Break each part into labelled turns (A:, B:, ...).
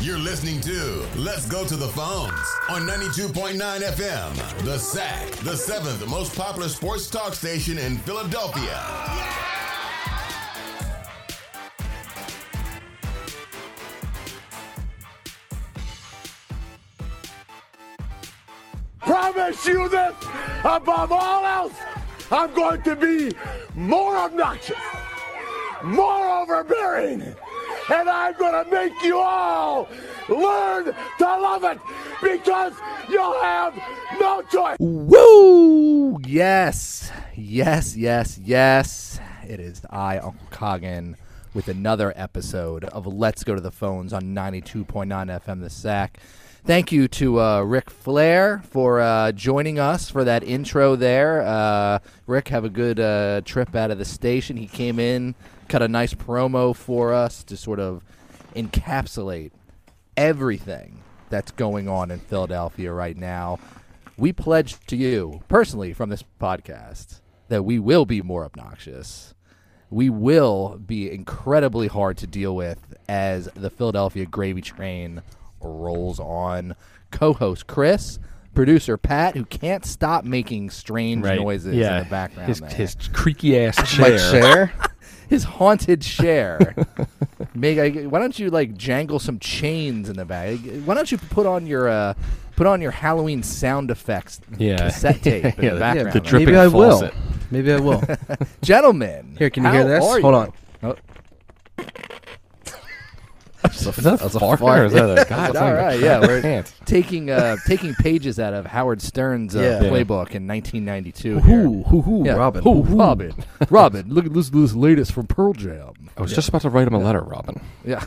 A: You're listening to Let's Go to the Phones on 92.9 FM, the SAC, the seventh most popular sports talk station in Philadelphia.
B: promise you this above all else i'm going to be more obnoxious more overbearing and i'm going to make you all learn to love it because you'll have no choice
C: Woo! Yes, yes, yes, yes. It is I, Uncle Coggin, with another episode of Let's Go to the Phones on 92.9 FM, The Sack. Thank you to uh, Rick Flair for uh, joining us for that intro there. Uh, Rick, have a good uh, trip out of the station. He came in, cut a nice promo for us to sort of encapsulate everything that's going on in Philadelphia right now. We pledge to you personally from this podcast that we will be more obnoxious. We will be incredibly hard to deal with as the Philadelphia gravy train rolls on. Co host Chris, producer Pat, who can't stop making strange noises in the background.
D: His,
C: there.
D: his creaky ass
E: My
D: chair.
E: chair?
C: His haunted share. Make I, why don't you like jangle some chains in the back? Why don't you put on your uh, put on your Halloween sound effects
D: Yeah.
C: cassette tape in
D: Yeah,
C: the
D: the-
C: background?
D: the drip-
E: Maybe
D: Dripping
E: I will.
D: faucet.
E: Maybe I will.
C: Gentlemen,
E: Here, can you
C: how
E: hear this?
C: are you?
E: Hold on.
C: Oh,
D: Is that a fart?
C: fart.
D: Or is that a God,
C: all right, yeah,
D: we're
C: we're taking uh, taking pages out of Howard Stern's uh,
E: Yeah.
C: playbook in 1992. here.
E: Hoo, hoo, hoo,
C: Yeah.
E: Robin.
C: Hoo, hoo. Robin, Robin, look at this this latest from Pearl Jam.
D: I was just about to write him a letter, Robin.
C: Yeah,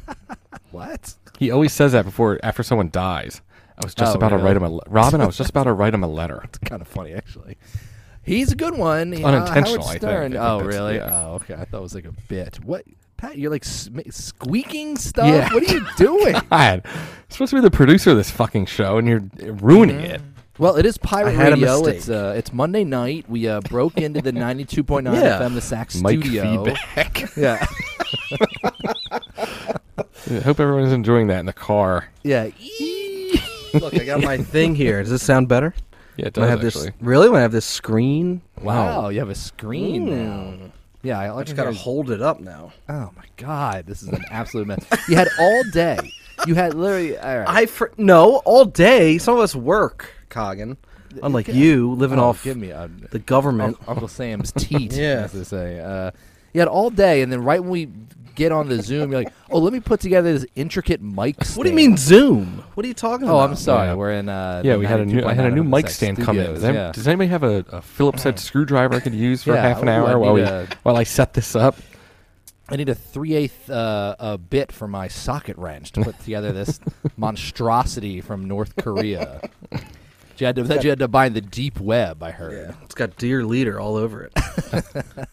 C: what?
D: He always says that before after someone dies. I was just
C: Oh,
D: about to
C: really?
D: write him a le- Robin. I was just about to write him a letter.
C: kind of funny actually. He's a good one. Uh,
D: unintentional, I
C: Howard
D: think.
C: Stern.
D: I think
C: Oh,
D: that's-
C: really?
D: yeah.
C: Oh, okay. I thought it was like a bit. What, Pat? You're like sm- squeaking stuff.
D: Yeah.
C: What are you doing?
D: God, you're supposed to be the producer of this fucking show, and you're ruining
C: Mm-hmm.
D: it.
C: well, it is pirate
E: I had a
C: radio.
E: mistake.
C: It's uh, it's Monday night. We uh, broke into the 92.9
E: Yeah.
C: FM the Sack
D: Mike
C: studio.
D: feedback.
C: Yeah,
D: I hope everyone's enjoying that in the car.
C: yeah.
E: Look, I got my thing here. Does this sound better?
D: Yeah, it
E: When I
D: does
E: have this,
D: actually.
E: really? When I have this screen?
C: Wow, you have a screen now. Yeah, I,
E: I just got to hold it up now.
C: Oh my god, this is an absolute mess. You had all day. You had literally. All right.
E: I fr- no all day. Some of us work, Coggin. Unlike you, living
C: Oh,
E: off
C: give me Oh. a,
E: the government.
C: Uncle, Uncle Sam's teat,
E: Yeah.
C: as they say. Uh, you had all day, and then right when we get on the Zoom, you're like, "Oh, let me put together this intricate mic." Stand.
E: What do you mean Zoom? What are you talking
C: Oh,
E: about?
C: I'm sorry.
D: Yeah.
C: We're in. Uh,
D: Yeah,
C: the
D: we had a new. I had a new
C: 92.9
D: mic
C: Zach
D: stand come in.
C: Studios,
D: Does, any-
C: yeah.
D: does anybody have a, a Phillips head screwdriver I could use for
C: Yeah,
D: half an
C: ooh, I
D: hour
C: need
D: while we
C: a-
D: while I set this up?
C: I need a three eighth uh, a bit for my socket wrench to put together this monstrosity from North Korea. You had to, that you had to buy in the deep web. I heard.
E: Yeah, it's got dear leader all over it.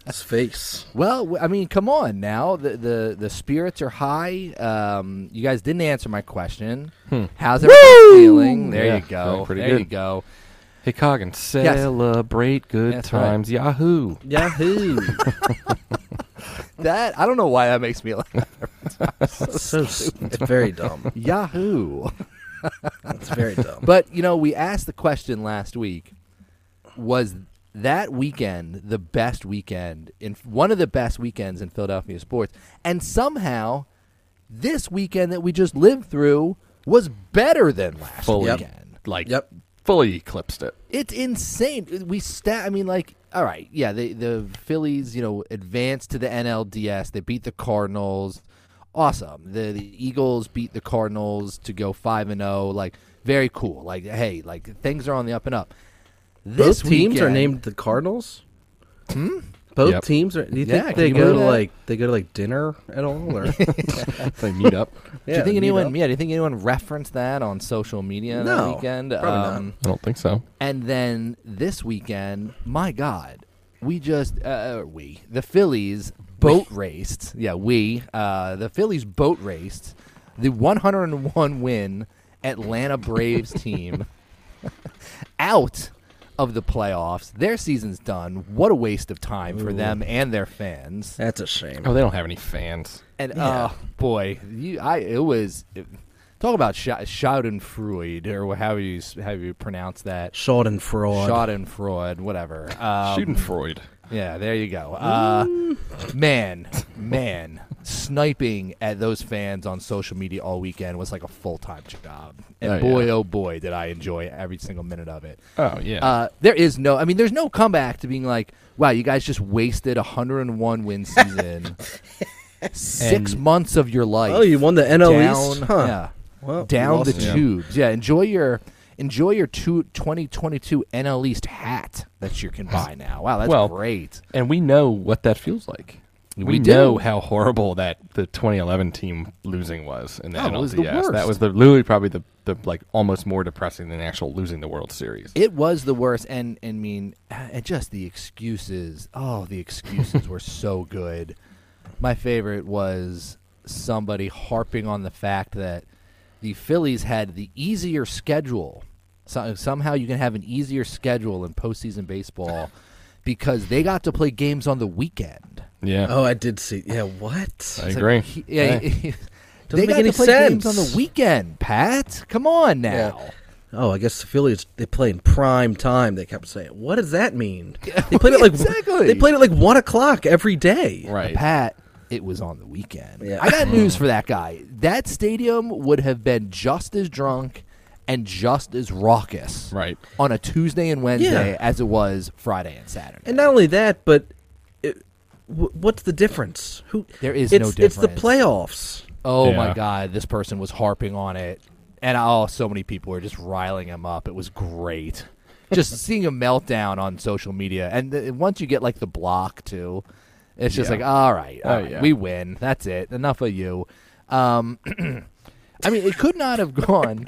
E: His face.
C: Well, w- I mean, come on now. The the, the spirits are high. Um, you guys didn't answer my question. How's everyone feeling? There
D: Hmm. Yeah,
C: you go.
D: feeling pretty
C: there
D: good.
C: you go.
D: Hey Coggin, celebrate good
C: That's right.
D: times, Yahoo!
E: Yahoo!
C: That I don't know why that makes me laugh.
E: so s- it's very dumb.
C: Yahoo.
E: It's very dumb.
C: But you know, we asked the question last week. Was that weekend the best weekend in one of the best weekends in Philadelphia sports? And somehow, this weekend that we just lived through was better than last
D: Fully.
E: Yep.
C: weekend.
D: Like,
E: Yep.
D: fully eclipsed it.
C: It's insane. We sta I mean, like, all right, yeah. The the Phillies, you know, advanced to the NLDS. They beat the Cardinals. Awesome. The the Eagles beat the Cardinals to go five and zero. Like, very cool. Like, hey, like things are on the up and up. This
E: Both teams are
C: weekend-
E: named the Cardinals. Hmm. Both
D: Yep.
E: teams are. Do you
C: Yeah,
E: think
C: can
E: they
C: you
E: go
C: believe
E: to
C: that?
E: like they go to like dinner at all? Or
D: They meet up.
C: Do you think anyone? Yeah. Do you think anyone referenced that on social media that
E: No,
C: weekend? Um,
E: probably not.
D: I don't think so.
C: And then this weekend, my God, we just uh, we the Phillies boat raced. Yeah, we uh, the Phillies boat raced the 101 win Atlanta Braves team out of the playoffs. Their season's done. What a waste of time for them and their fans.
E: That's a shame.
D: Oh, they don't have any fans.
C: And oh boy, you, I it was talk about Sch- Schadenfreude or how you s- how you pronounce that.
E: Shot and fraud.
C: Schadenfreude, whatever. Um,
D: Shooting Freud.
C: yeah, there you go. Uh,
D: Mm.
C: man, man, sniping at those fans on social media all weekend was like a full time job. And
D: Oh, yeah.
C: boy, oh boy, did I enjoy every single minute of it.
D: Oh yeah.
C: Uh, there is no, I mean, there's no comeback to being like, wow, you guys just wasted a 101 win season, six
D: And-
C: months of your life.
E: Oh, you won the NL
C: down,
E: East? Huh.
C: yeah,
E: Well,
C: down
E: lost
C: the
E: it.
D: Yeah.
C: tubes. Yeah, enjoy your enjoy your two, 2022 NL East hat that you can buy now. Wow, that's
D: Well,
C: great.
D: and we know what that feels like. We,
C: do.
D: know how horrible that the 2011 team losing was in the
C: Oh, it was the
D: NLDS.
C: worst.
D: That was the literally probably the, the like almost more depressing than actual losing the World Series.
C: It was the worst, and and mean, uh, and just the excuses. Oh, the excuses were so good. My favorite was somebody harping on the fact that the Phillies had the easier schedule. So, somehow you can have an easier schedule in postseason baseball because they got to play games on the weekend.
D: yeah,
E: Oh, I did see. Yeah, what?
D: I
C: It's like,
D: agree.
C: he- yeah,
D: Yeah.
C: they
E: make
C: got
E: any
C: to play games
E: sense.
C: on the weekend. Pat, come on now.
E: Oh, I guess the Phillies they play in prime time. They kept saying, "What does that mean?" They played it like
C: Exactly.
E: they played it like one o'clock every day.
D: right.
C: Pat, it was on the weekend.
E: Yeah.
C: I got news for that guy. That stadium would have been just as drunk and just as raucous
D: Right.
C: on a Tuesday and Wednesday
E: Yeah.
C: as it was Friday and Saturday.
E: And not only that, but it, w- what's the difference? Who
C: There is
E: it's,
C: no
E: It's
C: difference.
E: the playoffs.
C: oh my
D: Yeah.
C: God, this person was harping on it. And oh, so many people were just riling him up. It was great. Just seeing a meltdown on social media. And th- once you get like the block too, it's just
D: Yeah.
C: like, all right, all
D: Oh,
C: right,
D: yeah.
C: we win. That's it. Enough of you. Um, I mean, it could not have gone.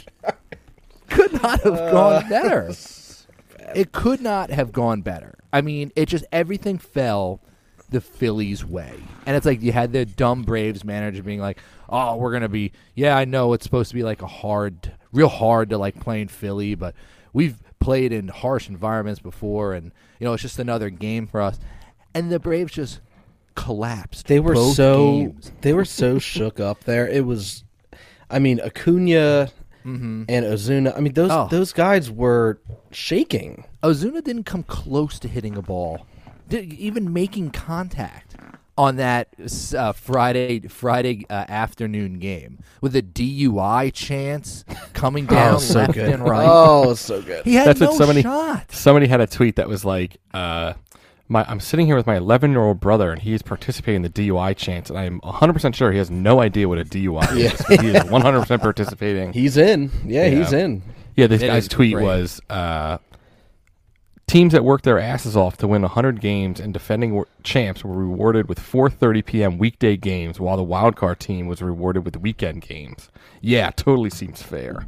C: could not have
E: Uh,
C: gone better. It could not have gone better. I mean, it just everything fell the Phillies' way, and it's like you had the dumb Braves manager being like, "Oh, we're gonna be yeah, I know it's supposed to be like a hard, real hard to like play in Philly, but we've played in harsh environments before, and you know it's just another game for us." And the Braves just collapsed.
E: They were
C: both
E: so
C: games.
E: they were so shook up there. It was, I mean, Acuna and Ozuna. I mean, those
C: Mm-hmm. Oh.
E: those guys were shaking.
C: Ozuna didn't come close to hitting a ball, did, even making contact on that uh, Friday Friday uh, afternoon game with a DUI chance coming down left and Oh, right.
E: Oh, so good.
C: He had
D: Oh, That's
C: no
D: what somebody
C: shot.
D: somebody had a tweet that was like, uh, "My I'm sitting here with my 11 year old brother, and he is participating in the DUI chance, and I'm 100 percent sure he has no idea what a DUI is. but He is 100 percent participating.
E: He's in. Yeah, he's in.
D: yeah, this
C: It
D: guy's
C: is
D: tweet
C: great.
D: was uh, teams that worked their asses off to win 100 games and defending wor- champs were rewarded with 4:30 p.m. weekday games, while the wild card team was rewarded with weekend games. Yeah, totally seems fair.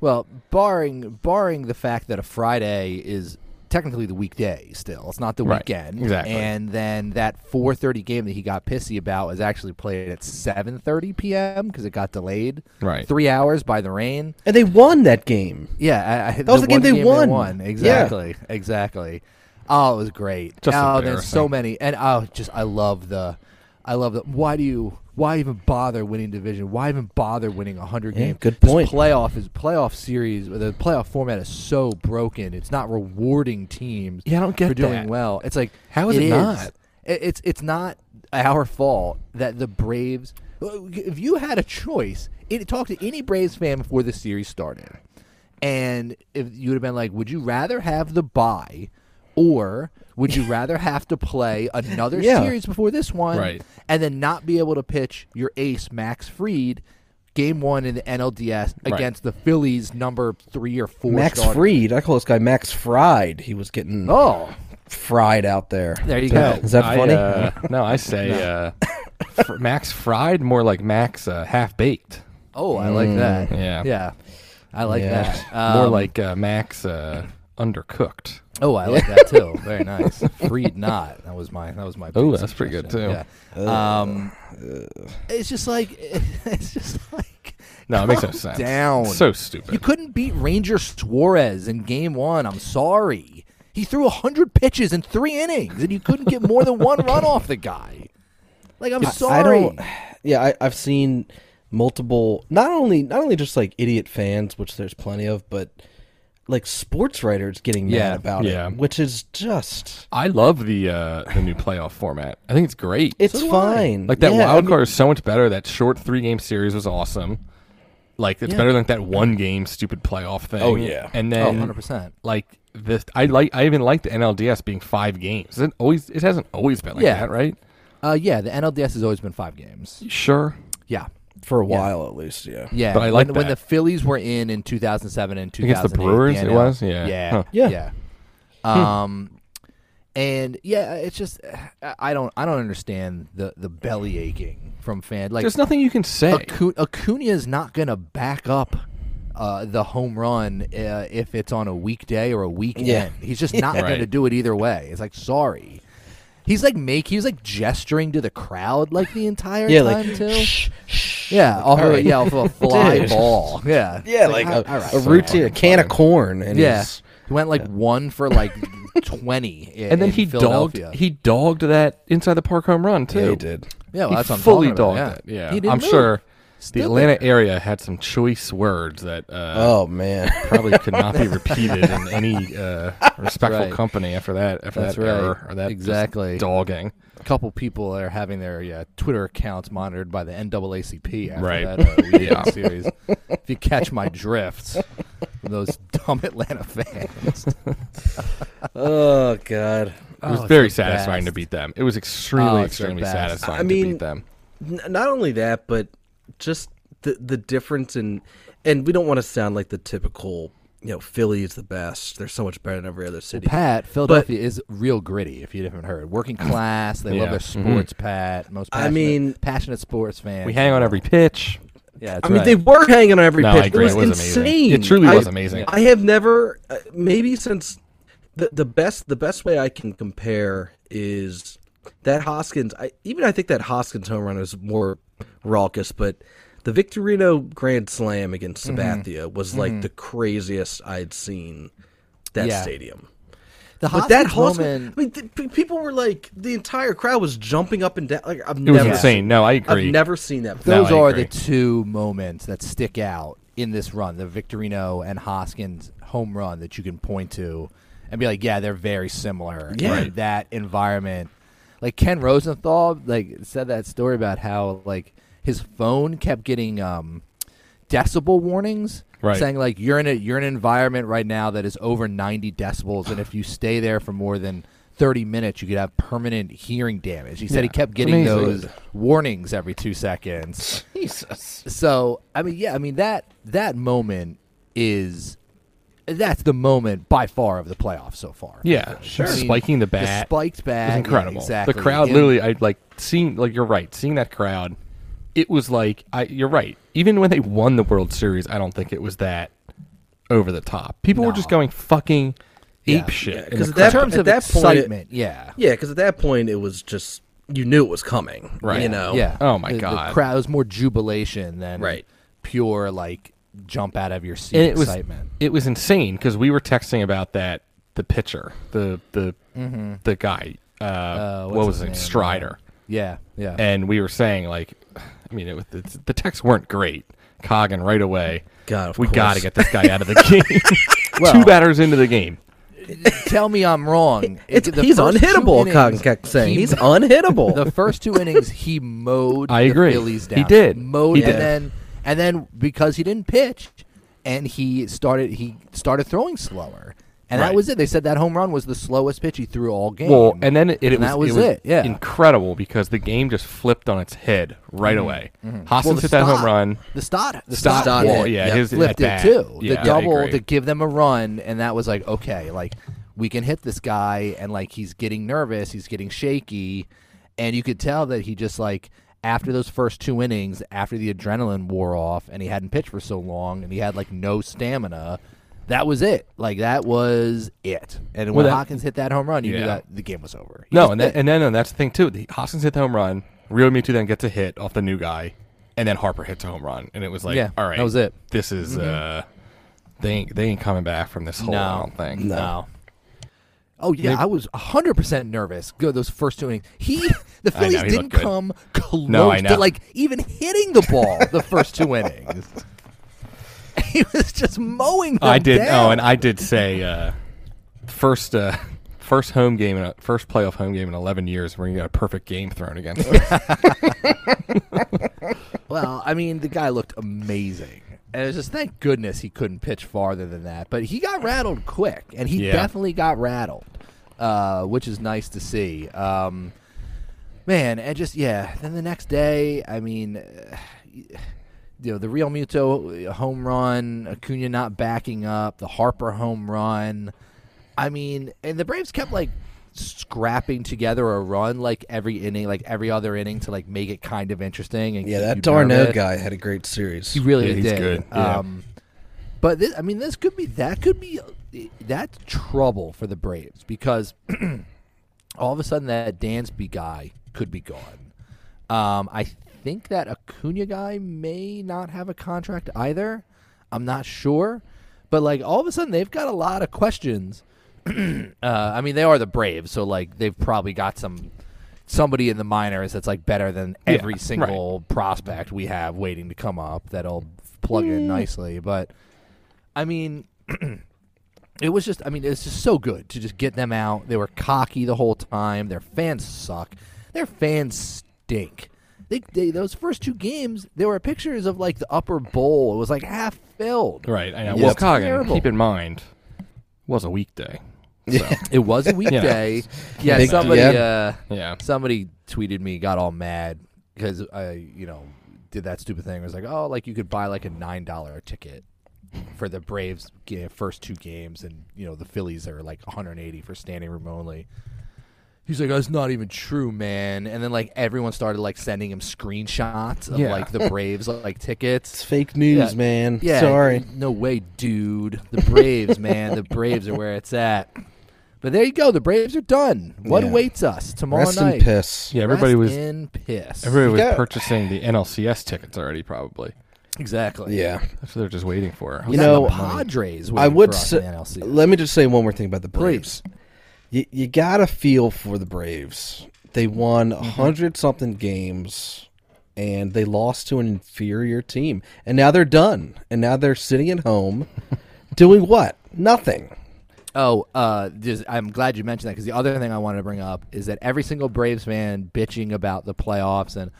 C: Well, barring barring the fact that a Friday is technically the weekday still. It's not the
D: Right.
C: weekend.
D: Exactly.
C: And then that 4:30 game that he got pissy about was actually played at 7:30 p.m. cuz it got delayed.
D: Right.
C: 3 hours by the rain.
E: And they won that game.
C: Yeah, I, I, that
E: was the
C: one
E: game they won. Yeah.
C: Exactly, exactly. Oh, it was great.
D: Just
C: oh, there's so
D: embarrassing.
C: many, and oh, just I love the, I love the. Why do you? Why even bother winning division? Why even bother winning hundred
E: Yeah,
C: games?
E: good
C: This
E: point.
C: playoff is playoff series. The playoff format is so broken. It's not rewarding teams.
D: Yeah, I don't get
C: for doing
D: that.
C: well. It's like
D: How is it not?
C: it- it's it's not our fault that the Braves. If you had a choice, it, talk to any Braves fan before the series started, and if you would have been like, would you rather have the bye, or would you rather have to play another
E: Yeah.
C: series before this one,
D: Right.
C: and then not be able to pitch your ace Max Freed? Game one in the NLDS
D: Right.
C: against the Phillies, number three or four.
E: Max
C: starter.
E: Freed. I call this guy Max Fried. He was getting
C: Oh,
E: fried out there.
C: There you
E: Is
C: go.
E: that- Is that
D: I,
E: funny?
D: uh, no, I say uh, fr- Max fried, more like Max uh, half baked.
C: oh, I like that.
D: yeah.
C: yeah, I like
E: Yeah.
C: that.
D: more
C: Um,
D: like uh, Max uh, undercooked.
C: Oh, I like that too. Very nice. Freed not. That was my. That was my.
D: Oh,
C: big
D: that's pretty good,
C: suggestion.
E: Uh,
C: Yeah. Um, it's just like it's just like
D: No, it makes no
C: calm
D: sense.
C: Down.
D: It's so
C: you
D: stupid.
C: couldn't beat Ranger Suarez in game one. I'm sorry. He threw 100 pitches in three innings, and you couldn't get more than one run off the guy. Like, I'm sorry.
E: I don't. Yeah, I, I've seen multiple. Not only not only just like idiot fans, which there's plenty of, but like sports writers getting mad
C: Yeah,
E: about
D: yeah.
E: it, which is just
D: I love the uh, the new playoff format. I think it's great.
E: it's fine.
D: like that
E: Yeah, I
D: wild
E: mean,
D: card is so much better. That short three game series was awesome. Like it's better than that one game stupid playoff thing.
E: Oh, yeah.
D: and
C: Oh,
D: then
C: 100%.
D: Like this, I like. I even like the NLDS being five games. It always it hasn't always been like
C: Yeah.
D: that, right?
C: Uh, yeah, the NLDS has always been five games.
D: Sure.
C: Yeah.
E: for a while at least. Yeah.
C: Yeah,
D: But I like
C: when, when
D: that.
C: the Phillies were in in 2007 and 2008.
D: Against the Brewers, it
C: NL
D: was? Yeah.
C: yeah,
D: Huh.
C: yeah. Um, and yeah, it's just I- I don't I don't understand the the belly aching from fans. Like
D: There's nothing you can say.
C: Acu- Acuna is not going to back up uh, the home run uh, if it's on a weekday or a weekend.
E: Yeah.
C: He's just not going to
D: Right.
C: do it either way. It's like sorry. He's like make he was like gesturing to the crowd like the entire
E: Yeah,
C: time
E: like
C: too.
E: shh, shh.
C: Yeah, off of, a-
E: right.
C: yeah, off of a fly
E: Dude.
C: ball. Yeah,
E: Yeah,
C: It's
E: like,
C: all-
E: a,
C: all right.
E: a routine, a can of corn, and
C: Yeah,
E: he's-
C: he went like one for like twenty, in,
D: and then
C: in
D: he dogged.
C: Philadelphia.
D: He dogged that inside the park home run too.
E: yeah, he did.
C: yeah, well,
D: he
C: that's what I'm
D: fully
C: talking about,
D: dogged it. Yeah,
C: He didn't
D: I'm
C: move.
D: sure
C: Stood
D: the
C: there.
D: Atlanta area had some choice words that uh,
E: Oh man,
D: probably could not be repeated in any uh, respectful
C: right.
D: company after that after
C: That's
D: that
C: right.
D: error or that just
C: Exactly.
D: dogging.
C: A couple people are having their yeah, Twitter accounts monitored by the NAACP after
D: Right.
C: that uh, weekend
D: Yeah.
C: series. If you catch my drift, from those dumb Atlanta fans.
E: oh
D: It
E: god.
D: was
C: Oh, it's
D: very
C: the
D: satisfying to
C: best.
D: beat them. It was extremely
C: Oh, it's the
D: extremely
C: best.
D: satisfying
E: I
D: to
E: mean-
D: beat them.
E: N- not only that, but just the the difference in, and we don't want to sound like the typical, you know, Philly is the best. They're so much better than every other city.
C: Pat, Philadelphia is real gritty. If you haven't heard, working class, they
D: Yeah. Mm-hmm.
C: love their sports. Pat, most
E: I
C: passionate,
E: mean-
C: passionate sports fans.
D: We hang on every pitch.
C: Yeah,
E: I
C: that's
E: mean,
C: right.
E: they were hanging on every
D: No, I
E: pitch.
D: agree.
E: It was, insane.
D: amazing. It truly
E: I-
D: was amazing.
E: I have never, uh, maybe since the the best the best way I can compare is that Hoskins. I even I think that Hoskins home run is more raucous, but the Victorino grand slam against
D: Mm-hmm.
E: Sabathia was like the craziest I'd seen that
C: Yeah.
E: stadium.
C: the
E: But that
C: Hoskins
E: Hoskins,
C: moment-
E: I mean, th- pe- people were like the entire crowd was jumping up and down. Like I've
D: It was
E: never
D: insane. No, I agree.
E: I've never seen that. before.
D: No,
C: those
D: I
C: are
D: agree.
C: the two moments that stick out in this run the Victorino and Hoskins home run that you can point to and be like, yeah, they're very similar.
E: Yeah.
C: And
E: Right.
C: that environment. Like Ken Rosenthal like said that story about how like his phone kept getting um decibel warnings
D: Right.
C: saying like you're in a you're in an environment right now that is over 90 decibels and if you stay there for more than 30 minutes you could have permanent hearing damage. He said he kept getting
D: Amazing.
C: those warnings every 2 seconds.
E: Jesus.
C: So I mean, yeah, I mean that that moment is that's the moment by far of the playoffs so far.
D: Yeah,
C: I mean,
D: Spiking the bat.
C: spiked
D: It
C: bat,
D: was
C: yeah,
D: incredible.
C: exactly.
D: The crowd
C: And-
D: literally, I like seeing like you're right, seeing that crowd. It was like I, you're right. Even when they won the World Series, I don't think it was that over the top. People were just
C: No.
D: going fucking
C: Yeah.
D: ape shit. in the
E: because at that,
C: in terms
E: at
C: of
E: that point,
C: excitement, yeah,
E: yeah, because at that point it was just you knew it was coming,
D: Right.
E: You know,
C: yeah.
D: Oh, my
C: The- the
D: God.
C: crowd it was more jubilation than
E: Right.
C: pure like jump out of your seat
D: and it was
C: excitement.
D: it was insane because we were texting about that the pitcher the the the guy uh,
C: Mm-hmm. what's
D: what was
C: his
D: it
C: name?
D: Strider
C: Yeah, yeah,
D: and we were saying like I mean it, was- it's, the texts weren't great Coggin right away
E: God, of
D: we got to
E: course.
D: get this guy out of the game two
C: Well-
D: batters into the game
C: tell me I'm wrong.
E: It's,
C: It- the
E: he's
C: first two
E: unhittable.
C: innings,
E: Cotton kept saying
C: he-
E: he's unhittable.
C: The first two innings, he mowed
D: I
C: the
D: agree.
C: Phillies
D: He
C: down.
D: did.
C: Mowed
D: He
C: and
D: did.
C: then and then because he didn't pitch and he started he started throwing slower. And
D: Right.
C: that was it. They said that home run was the slowest pitch he threw all game.
D: well and then it, it,
C: mm. And
D: was,
C: that was
D: it, was
C: it, yeah.
D: incredible because the game just flipped on its head right away Hoskins
C: Mm-hmm. Well,
D: hit
C: the
D: that home
C: Stott-
D: run
C: The Stott, the
D: Stott
C: Stott
E: wall,
C: hit,
D: yeah, his-
C: flipped
D: at
C: it too.
D: bat. Yeah,
C: the
D: I
C: double
D: agree.
C: to give them a run, and that was like okay, like we can hit this guy, and like he's getting nervous, he's getting shaky, and you could tell that he just like after those first two innings, after the adrenaline wore off, and he hadn't pitched for so long, and he had like no stamina. That was it. Like that was it. And when
D: Well, that-
C: Hawkins hit that home run, you
D: Yeah.
C: knew that the game was over. He
D: No,
C: just
D: and then,
C: did.
D: and then and that's the thing too. The Hoskins hit the home run. Rio Muto then gets a hit off the new guy, and then Harper hits a home run, and it was like,
C: Yeah,
D: all right,
C: that was it. Mm-hmm.
D: This is uh, they ain't, they ain't coming back from this whole
C: no
D: thing.
C: No. Oh yeah, I was hundred percent nervous. Good, those first two innings. He, the
D: I know,
C: Phillies
D: he
C: didn't
D: looked good.
C: come close
D: No, I
C: to
D: know.
C: like even hitting the ball the first two innings. He was just mowing. Them
D: I did.
C: Down.
D: Oh, and I did say uh, first uh, first home game in a, first playoff home game in eleven years where you got a perfect game thrown against. us.
C: Well, I mean, the guy looked amazing. And it was just thank goodness he couldn't pitch farther than that. But he got rattled quick, and he
D: Yeah.
C: definitely got rattled, uh, which is nice to see. Um, man, and just, yeah. Then the next day, I mean, uh, you know, the Real Muto uh, home run, Acuna not backing up, the Harper home run. I mean, and the Braves kept like scrapping together a run like every inning, like every other inning to like make it kind of interesting. And
E: Yeah,
C: keep
E: that
C: you
E: Darno
C: nervous.
E: guy had a great series.
C: He really
D: Yeah, he's
C: did.
D: good, yeah.
C: Um, but this, I mean, this could be that could be that's trouble for the Braves because all of a sudden that Dansby guy could be gone. Um, I think that Acuna guy may not have a contract either. I'm not sure, but like all of a sudden they've got a lot of questions. uh, I mean, they are the Braves, so like they've probably got some somebody in the minors that's like better than every
D: right.
C: single prospect we have waiting to come up that'll plug in nicely. But I mean, it was just I mean it's just so good to just get them out. They were cocky the whole time. Their fans suck. Their fans stink. They, they those first two games there were pictures of like the upper bowl. It was like half filled.
D: right. I know.
C: It
D: Well,
C: was
D: Coggin,
C: terrible.
D: keep in mind, was a weekday.
C: It was a weekday. yeah,
E: Big-
C: somebody
E: yeah.
C: Uh,
D: Yeah.
C: somebody tweeted me, got all mad because I you know did that stupid thing. It was like, oh, like you could buy like a nine dollar ticket for the Braves ga- first two games, and you know the Phillies are like 180 for standing room only. He's like, that's not even true, man. And then like everyone started like sending him screenshots of
D: Yeah.
C: like the Braves like tickets.
E: It's fake news, man.
C: Yeah,
E: Sorry.
C: No way, dude. The Braves, man. The Braves are where it's at. But there you go. The Braves are done. What
E: Yeah.
C: awaits us tomorrow
E: Rest
C: night?
E: in piss.
D: Yeah, everybody
C: Rest
D: was
C: in piss.
D: everybody was
E: got-
D: purchasing the NLCS tickets already. Probably
C: exactly.
E: Yeah.
D: that's what they're just waiting for.
E: You
C: Yeah,
E: know,
C: the Padres.
E: I
C: waiting
E: would
C: for us
E: say,
C: in the NLCS.
E: let me just say one more thing about the
C: Please.
E: Braves. You, you got to feel for the Braves. They won
C: Mm-hmm.
E: a 100 something games and they lost to an inferior team. And now they're done. And now they're sitting at home doing what? Nothing.
C: Oh, uh, just, I'm glad you mentioned that because the other thing I wanted to bring up is that every single Braves fan bitching about the playoffs and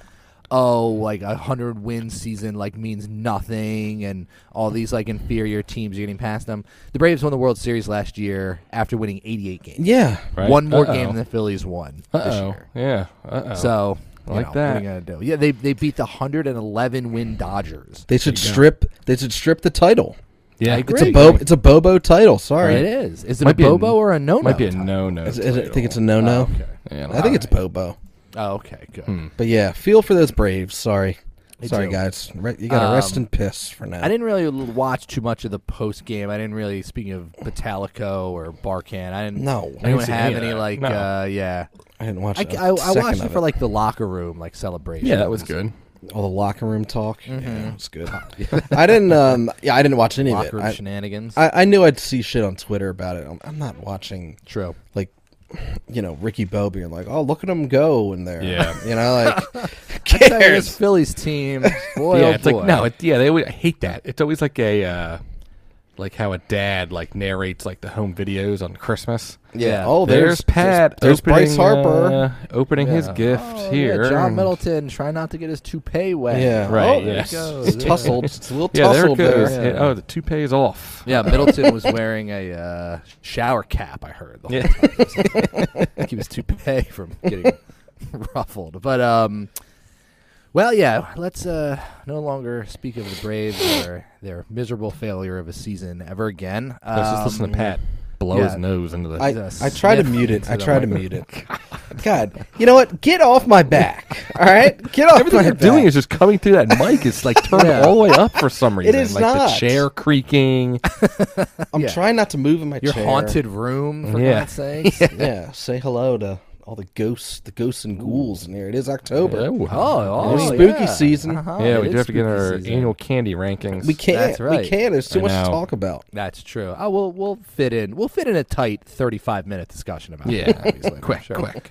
C: oh, like a hundred win season like means nothing, and all these like inferior teams are getting past them. The Braves won the World Series last year after winning 88 games.
E: Yeah.
D: Right?
C: One more
D: Uh-oh.
C: game than the Phillies won this
D: Uh-oh.
C: year.
D: Yeah. Uh-oh.
C: So you
D: Like
C: know,
D: that.
C: What are you gonna do? Yeah, they they beat the 111 win Dodgers.
E: They should strip they should strip the title.
D: yeah,
C: I
E: It's a
C: Great.
E: bo- it's a Bobo title. Sorry.
C: It is. Is it
D: Might
C: a
D: be a-
C: Bobo or a no?
D: Might be a no no.
E: Is- is it- I think it's a no-no. I think it's Bobo.
C: Oh, okay, good.
D: Hmm.
E: But yeah, feel for those Braves. Sorry. Sorry
C: do.
E: guys. Re- you got to rest
C: Um,
E: in piss for now.
C: I didn't really l- watch too much of the post game. I didn't really, speaking of Metallico or Barkan, I didn't.
E: No. I
C: I
E: didn't
C: didn't
D: see
C: have
D: any of
C: any
D: that.
C: like.
D: No.
C: uh Yeah,
E: I didn't watch
C: I,
E: a
C: I, I
E: second
C: watched
E: of
C: it for
E: it.
C: like the locker room like celebration.
D: Yeah, that was good.
E: all the locker room talk.
D: Mm-hmm.
E: Yeah, it was good. I didn't. Um, yeah, I didn't watch any
C: locker room
E: of it.
C: shenanigans.
E: I, I, I knew I'd see shit on Twitter about it. I'm, I'm not watching
C: True.
E: like, you know, Ricky Bo being like, "Oh, look at him go in there."
D: Yeah.
E: you know, like who
C: Tell you This
E: cares.
C: Phillies team, boy,
D: yeah,
C: oh
D: it's
C: boy.
D: like no, it, yeah, they always, I hate that. It's always like a uh, like how a dad like narrates like the home videos on Christmas.
C: yeah.
E: Oh,
D: There's,
E: there's,
D: Pat.
E: There's, Bryce
D: opening,
E: Harper.
D: uh, opening his gift
C: Oh, yeah,
D: here.
C: John
D: and-
C: Middleton, try not to get his toupee wet.
E: yeah,
D: Right,
E: Oh,
D: yes.
E: there it goes.
C: There
E: It's
C: it
E: tussled. It's a little
D: Yeah, there
E: tussled
D: it
E: there.
D: goes. Yeah, Oh, the toupee is off.
C: Yeah, Middleton was wearing a uh, shower cap. I heard the whole
D: Yeah.
C: time. It was like- keep his toupee from getting ruffled. But um, well, yeah. Let's uh, no longer speak of the Braves or their miserable failure of a season ever again. Um,
D: Let's just listen to Pat blow
C: yeah.
D: his nose into the.
E: I,
C: Just
E: I try to
C: sniff
E: mute it.
C: into
E: I
C: the
E: try to
C: mic.
E: mute it. God, you know what? Get off my back. All right, get off
D: Everything
E: my
D: you're
E: back.
D: doing is just coming through that mic. It's like turned
C: Yeah.
D: all the way up for some reason.
E: is
D: like
E: not.
D: the chair creaking.
E: I'm
C: yeah.
E: trying not to move in my
C: your
E: chair.
C: haunted room, for
D: Yeah.
C: God's sake.
E: yeah, say hello to all the ghosts, the ghosts and ghouls in here. It is October.
D: Oh,
C: Oh,
E: It's
C: oh,
E: spooky
C: yeah.
E: season.
C: Uh-huh,
D: yeah,
C: it
D: we
C: is
D: do have to get
C: spooky
D: our
C: season.
D: annual candy rankings.
E: We can't.
C: That's right.
E: We can't. There's too
D: I
E: much to
D: know.
E: talk about.
C: That's true. Oh, we'll we'll fit in. We'll fit in a tight thirty-five minute discussion about
D: Yeah,
C: it. obviously,
D: quick,
C: sure.
D: quick.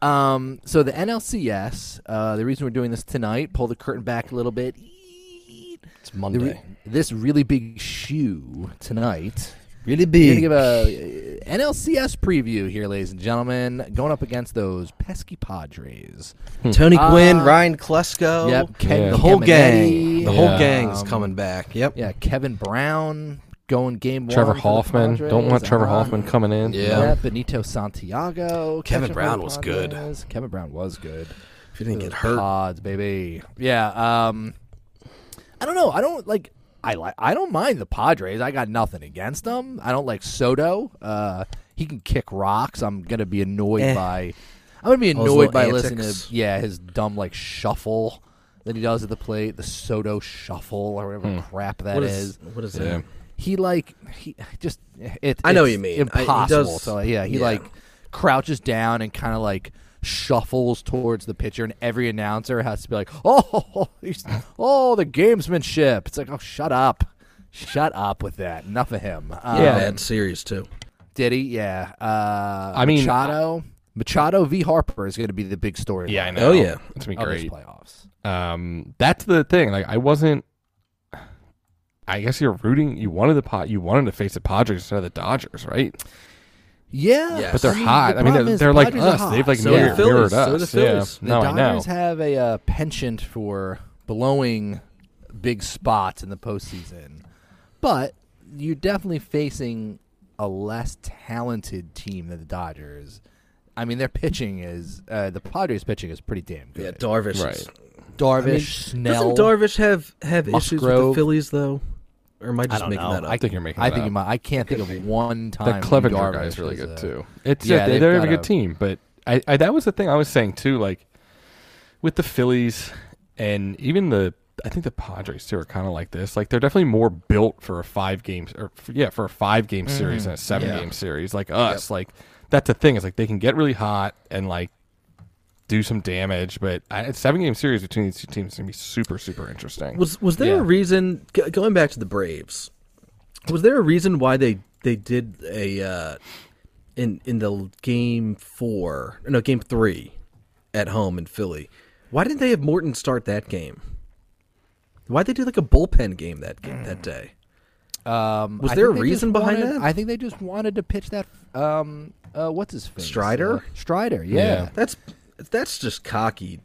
C: Um, so the NLCS. Uh, the reason we're doing this tonight, pull the curtain back a little bit.
E: It's
C: The
E: Monday.
C: re- this really big shoe tonight.
E: really
C: We're
E: big.
C: gonna give a uh, NLCS preview here, ladies and gentlemen. Going up against those pesky Padres.
E: Hmm. Tony Gwynn,
C: Uh,
E: Ryan Klesko.
C: Yep, Ken-
D: Yeah.
E: Oh, The whole
C: Caminetti.
E: gang. The whole
D: Yeah.
E: gang's
C: Um,
E: coming back. Yep.
C: Yeah, Kevin Brown going game one.
D: Trevor
C: for the
D: Hoffman. Don't
C: Padres.
D: want Trevor
C: Uh-huh.
D: Hoffman coming in.
E: Yeah.
C: Yeah, Benito Santiago.
E: Kevin
C: catching for
E: Brown
C: the
E: was good.
C: Padres. Kevin Brown was good.
E: If you didn't get
C: Those
E: hurt.
C: Pods, baby. Yeah. Um, I don't know. I don't like. I like. I don't mind the Padres. I got nothing against them. I don't like Soto. Uh, he can kick rocks. I'm gonna be annoyed
E: Eh.
C: by. I'm gonna be
E: Those
C: annoyed
E: little
C: by listening
E: antics.
C: to yeah his dumb like shuffle that he does at the plate, the Soto shuffle or whatever crap that
E: What
C: is.
E: is? What is Uh,
D: Yeah.
E: that?
C: He like he just it.
E: I know
C: it's
E: what you mean. I- he
C: Impossible.
E: does-
C: so yeah, he
E: yeah.
C: like crouches down and kind of like shuffles towards the pitcher, and every announcer has to be like, "Oh, he's, oh, the gamesmanship." It's like, "Oh, shut up, shut up with that. Enough of him." Um,
D: Yeah.
E: Bad series too.
C: did he? Yeah. Uh,
D: I mean-
C: Machado. Machado v Harper is going to be the big story.
D: Yeah, I know.
E: Oh, yeah.
D: it's gonna be
C: of this
D: great.
C: playoffs.
D: Um, that's the thing. Like, I wasn't. I guess you're rooting. You wanted the pot. You wanted to face the Padres instead of the Dodgers, right?
C: Yeah,
E: Yes.
D: But they're
E: I mean,
D: hot. I mean,
C: problem
D: they're,
C: is
D: they're
C: the
D: like
C: Padres are
D: us.
C: hot.
D: They've like
E: So are the
D: mirrored,
E: Phillies.
D: mirrored
E: So are
D: us.
E: the
D: yeah.
E: Phillies.
C: The
D: No, I know.
C: Dodgers have a uh, penchant for blowing big spots in the postseason, but you're definitely facing a less talented team than the Dodgers. I mean, their pitching is uh, the Padres' pitching is pretty damn
E: Yeah,
C: good.
E: Darvish.
D: Right.
E: is-
C: Darvish,
E: I mean,
C: Snell.
E: Doesn't Darvish have have issues with the
C: Musgrove.
E: Phillies though? Or am I just
C: I don't
E: making
C: know.
E: that up?
D: I think you're making.
C: I
D: that
C: think
D: up.
C: you might. I can't think of one time.
D: That
C: when
D: Clevenger
C: Darvish
D: guy is really
C: was,
D: good
C: uh,
D: too. It's
C: yeah,
D: yeah, they,
C: they've
D: they're a
C: got
D: good
C: a-
D: team, but I, I that was the thing I was saying too. Like with the Phillies and even the I think the Padres too are kind of like this. Like they're definitely more built for a five games or f- yeah for a five game
C: Mm-hmm.
D: series than a seven game series. Like us, like that's the thing. Is like they can get really hot and like do some damage, but I, a seven game series between these two teams is gonna be super super interesting.
E: Was was there
C: Yeah.
E: a reason g- going back to the Braves? Was there a reason why they they did a uh, in in the game four no game three at home in Philly? Why didn't they have Morton start that game? Why would they do like a bullpen game that game that day?
C: Um,
E: Was
C: I
E: there
C: think they
E: a
C: just
E: reason behind
C: wanted-
E: that?
C: I think they just wanted to pitch that. Um, uh, what's his face?
E: Strider?
C: Uh, Strider. yeah.
D: Yeah.
E: That's that's just cocky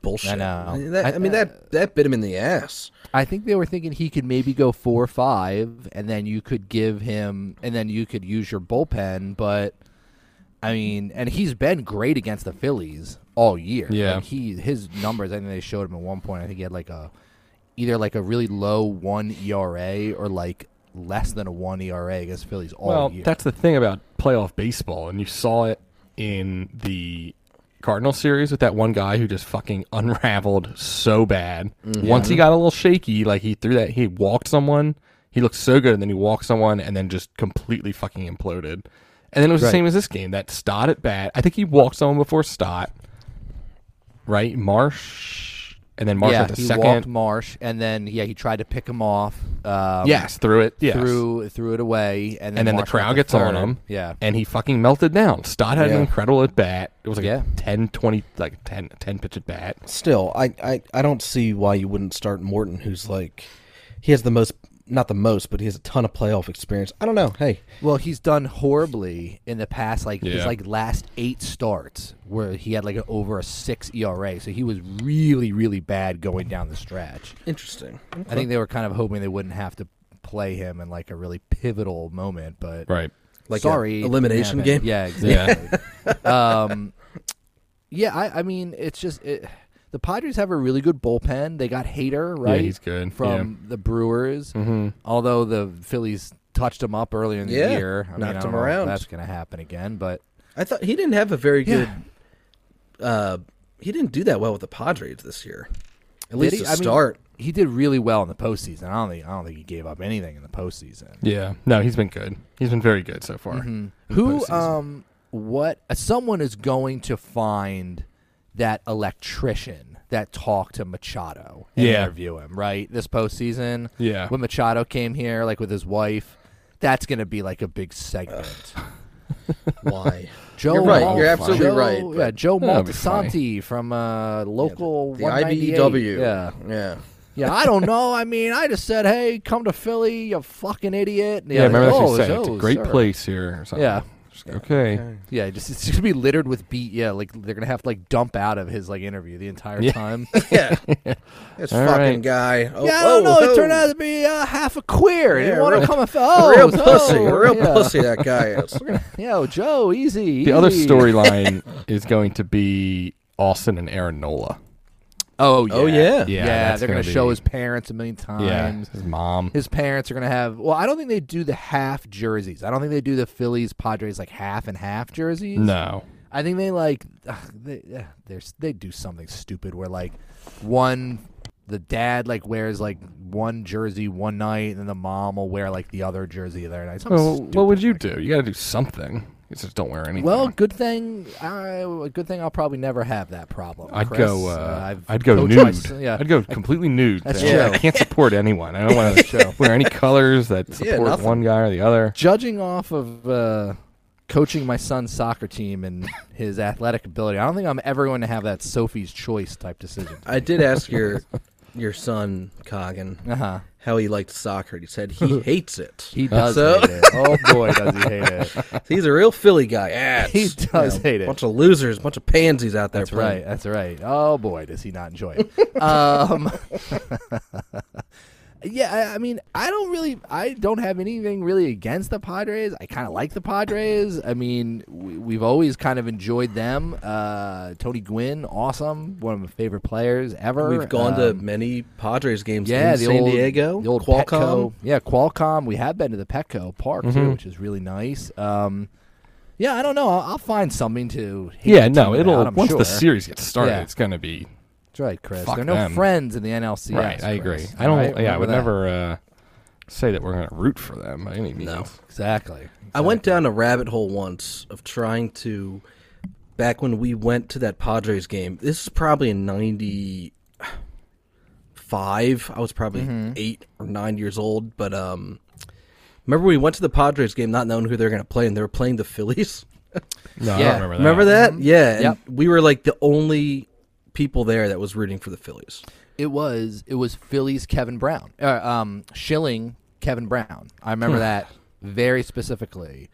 E: bullshit.
C: I know.
E: mean, that,
C: I-
E: I, mean that that bit him in the ass.
C: I think they were thinking he could maybe go four or five, and then you could give him, and then you could use your bullpen. But I mean, and he's been great against the Phillies all year.
D: Yeah.
C: Like, he his numbers. I think they showed him at one point. I think he had like a either like a really low one ERA or like less than a one ERA against Phillies all
D: Well,
C: year.
D: that's the thing about playoff baseball, and you saw it in the Cardinal series with that one guy who just fucking unraveled so bad.
C: Mm-hmm.
D: Once he got a little shaky, like he threw that, he walked someone. He looked so good, and then he walked someone, and then just completely fucking imploded. And then it was the same as this game. That Stott at bat, I think he walked someone before Stott, right? Marsh, and then Marsh
C: yeah,
D: at the
C: he
D: second.
C: walked Marsh, and then yeah, he tried to pick him off. Um,
D: yes, threw it. Yes.
C: threw threw it away, and then,
D: and then the
C: Marsh went
D: crowd
C: to
D: gets on
C: third.
D: him.
C: Yeah,
D: And he fucking melted down. Stott had
E: Yeah.
D: an incredible at bat. It was like
C: Yeah.
D: a 10, 20, like 10, 10 pitch at bat.
E: Still, I, I I don't see why you wouldn't start Morton, who's like he has the most not the most, but he has a ton of playoff experience. I don't know. Hey,
C: Well, he's done horribly in the past, like his
D: Yeah.
C: like last eight starts, where he had like a, over a six ERA. So he was really, really bad going down the stretch.
E: interesting.
C: I think they were kind of hoping they wouldn't have to play him in like a really pivotal moment, but
D: Right.
E: Like a
C: sorry, it didn't
E: elimination
C: happen.
E: game?
C: Yeah, exactly. um, yeah, I, I mean, it's just it, the Padres have a really good bullpen. They got Hater right.
D: he's good. Mm-hmm.
C: from the Brewers. Although the Phillies touched him up early in the
E: Yeah,
C: year, I mean,
E: knocked
C: I don't
E: him
C: know if
E: around.
C: That's going to happen again, but
E: I thought he didn't have a very
C: Yeah.
E: good. Uh, he didn't do that well with the Padres this year. At
C: Did
E: least
C: he?
E: to
C: I mean,
E: start.
C: he did really well in the postseason. I don't think I don't think he gave up anything in the postseason. Mm-hmm.
D: Yeah. No, he's been good. He's been very good so far.
C: Who
D: postseason.
C: um what someone is going to find that electrician that talked to Machado and
D: Yeah.
C: interview him, right? This postseason.
D: Yeah.
C: When Machado came here, like with his wife, that's gonna be like a big segment.
E: Why?
C: Joe
F: You're right.
C: Mal-
F: You're absolutely
C: Joe-
F: right,
C: Yeah,
F: but-
C: Joe
D: That'd be funny.
C: Maltesanti from uh, local
F: The
E: E
C: 198.
F: IBEW.
C: Yeah,
F: Yeah.
C: yeah. I don't know. I mean, I just said, "Hey, come to Philly, you fucking idiot."
D: Yeah, remember
C: like,
D: that's
C: "Oh,
D: what you said. It's a
C: oh,
D: great
C: sir."
D: place here. Or something.
C: Yeah.
D: Just go, okay.
C: Yeah, just it's gonna be littered with beat. Yeah, like they're gonna have to like dump out of his like interview the entire time. yeah,
F: Yeah.
E: This
D: All right.
E: fucking guy. Oh,
C: I don't know.
E: oh,
C: It turned
E: oh.
C: out to be uh, half a queer. He didn't
E: Yeah,
C: want to
E: real-
C: come. A, oh,
E: real
C: so-
E: pussy. Real
C: yeah.
E: pussy that guy is.
C: Yo, Joe, easy.
D: The other
C: easy.
D: storyline is going to be Austin and Aaron Nola.
C: Oh yeah.
E: Oh, yeah.
D: Yeah,
C: Yeah,
D: that's
C: they're gonna,
D: gonna be-
C: show his parents a million
D: Yeah,
C: times.
D: his mom.
C: His parents are gonna have. Well, I don't think they do the half jerseys. I don't think they do the Phillies Padres like half and half jerseys.
D: no,
C: I think they like ugh, they ugh, they're, they do something stupid where like one the dad like wears like one jersey one night and then the mom will wear like the other jersey the other night. Something
D: Well,
C: stupid
D: what would you
C: like-
D: do? You got to do something. You just don't wear anything.
C: Well, good thing I good thing I'll probably never have that problem.
D: I'd
C: Chris.
D: go.
C: Uh,
D: Uh,
C: I've
D: I'd go
C: coached
D: nude.
C: my son- yeah,
D: I'd go completely nude.
C: That's
D: then.
C: true.
D: I can't support anyone. I don't want to wear any colors that support
E: nothing.
D: one guy or the other.
C: judging off of uh, coaching my son's soccer team and his athletic ability, I don't think I'm ever going to have that Sophie's choice type decision.
E: I did ask your your son Coggin
C: Uh huh.
E: how he liked soccer. and He said he hates it.
C: He does
E: So-
C: hate it. Oh boy, does he hate it.
E: He's a real Philly guy. Yeah,
C: He
E: it's,
C: does hate it.
E: Bunch of losers, bunch of pansies out there.
C: That's right. That's right. Oh boy, does he not enjoy it? um, yeah, I, I mean, I don't really, I don't have anything really against the Padres. I kind of like the Padres. I mean, we, we've always kind of enjoyed them. Uh, Tony Gwynn, awesome, one of my favorite players ever.
E: We've gone to
C: Um,
E: many Padres games
C: yeah,
E: in
C: the
E: San
C: old,
E: Diego,
C: the old
E: Qualcomm.
C: Petco. Yeah, Qualcomm. We have been to the Petco Park
E: Mm-hmm.
C: too, which is really nice. Um, yeah, I don't know. I'll, I'll find something to. hate
D: Yeah,
C: the
D: no,
C: team about,
D: it'll
C: I'm
D: once
C: sure.
D: the series gets started,
C: Yeah.
D: it's gonna be
C: That's right, Chris.
D: Fuck
C: There are no
D: them.
C: friends in the NLCS.
D: right. I agree.
C: Chris.
D: I don't.
C: Right?
D: Yeah, I
C: Remember
D: would
C: that.
D: never uh, say that we're gonna root for them by any means.
C: Exactly.
E: I went down a rabbit hole once of trying to back when we went to that Padres game. This is probably in 95. I was probably
C: Mm-hmm.
E: 8 or 9 years old, but um remember we went to the Padres game not knowing who they were going to play and they were playing the Phillies?
D: No, I
C: Yeah.
D: don't remember that.
E: Remember that? Yeah, and
C: Yep.
E: we were like the only people there that was rooting for the Phillies.
C: It was it was Phillies Kevin Brown, uh, um, Schilling Kevin Brown. I
D: Hmm.
C: remember that very specifically.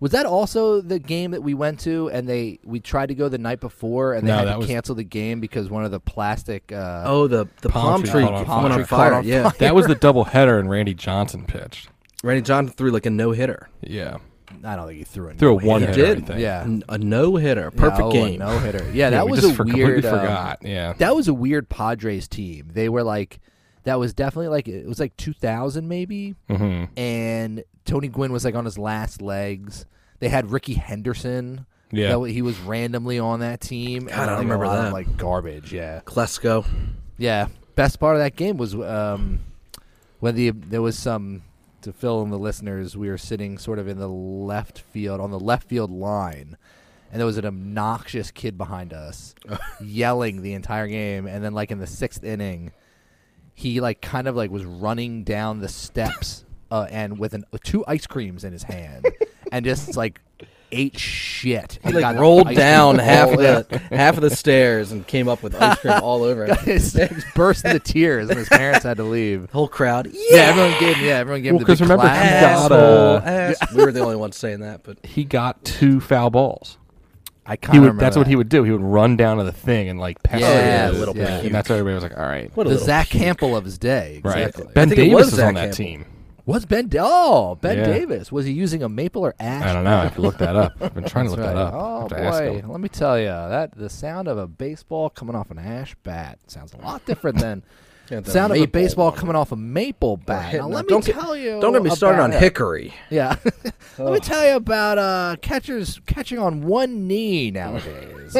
C: Was that also the game that we went to and they we tried to go the night before and they
D: No,
C: had
D: that
C: to
D: was-
C: cancel the game because one of the plastic uh,
E: Oh, the the palm,
D: tree
E: tree,
D: caught on fire.
E: went
D: Palm
E: on
D: tree
C: caught
E: fire.
C: on
E: yeah.
D: That was the doubleheader, and Randy Johnson pitched.
E: Randy Johnson threw like a no-hitter.
D: Yeah,
C: I don't think he threw it.
D: threw a one hitter.
E: did?
D: I think.
C: Yeah.
E: N- A no-hitter. Perfect game.
C: No hitter. Yeah, that
D: we
C: was
D: just
C: a
D: for- completely
C: weird. um,
D: forgot. Yeah.
C: that was a weird Padres team. They were like, that was definitely like it was like 2000 maybe,
E: Mm-hmm.
C: and Tony Gwynn was like on his last legs. They had Ricky Henderson.
D: Yeah.
C: That wa- he was randomly on that team. and
E: I don't
C: like, a
E: remember
C: lot of,
E: that.
C: like garbage. Yeah,
E: Klesko.
C: yeah. Best part of that game was um, when the there was some to fill in the listeners. We were sitting sort of in the left field on the left field line, and there was an obnoxious kid behind us yelling the entire game. And then, like in the sixth inning, he like kind of like was running down the steps uh, and with an with two ice creams in his hand, and just like ate shit.
E: He
C: and got
E: like rolled
C: ice
E: down
C: cream
E: half
C: all
E: of
C: in.
E: the half of the stairs and came up with ice cream all over him.
C: His- his burst into tears, and his parents had to leave.
E: The whole crowd. Yeah,
C: Yeah, everyone gave. Yeah, everyone gave.
D: Well,
C: him the
D: 'cause
C: big
D: remember he
C: clap.
D: got,
E: asshole,
D: uh,
E: ass. We were the only ones saying that, but
D: He got two foul balls.
C: I kind
D: He
C: of
D: would. That's what he would do. He would run down to the thing and like pass
C: Yeah,
D: it.
C: a little
D: yeah.
C: bit.
D: And that's why everybody was like, "All right,
E: what a
C: The
E: little
C: Zach Campbell of his day,
D: right."
C: exactly.
D: Ben
E: I think it
D: Davis
E: was
D: is
E: Zach
D: on that
E: Campbell.
D: team.
C: Was Ben? Oh, Ben
D: Yeah.
C: Davis. Was he using a maple or ash?
D: I don't know. I have to look that up. I've been trying to look
C: Right.
D: that up. I
C: Oh
D: have to ask
C: boy,
D: him.
C: let me tell you that the sound of a baseball coming off an ash bat sounds a lot different than
E: Yeah, the
C: sound of a
E: maple
C: baseball
E: one.
C: coming off a maple bat.
E: hit.
C: Now,
E: No,
C: let me
E: don't get-
C: tell you.
E: Don't get me started on
C: about-
E: Hickory.
C: Yeah, let me tell you about uh, catchers catching on one knee nowadays.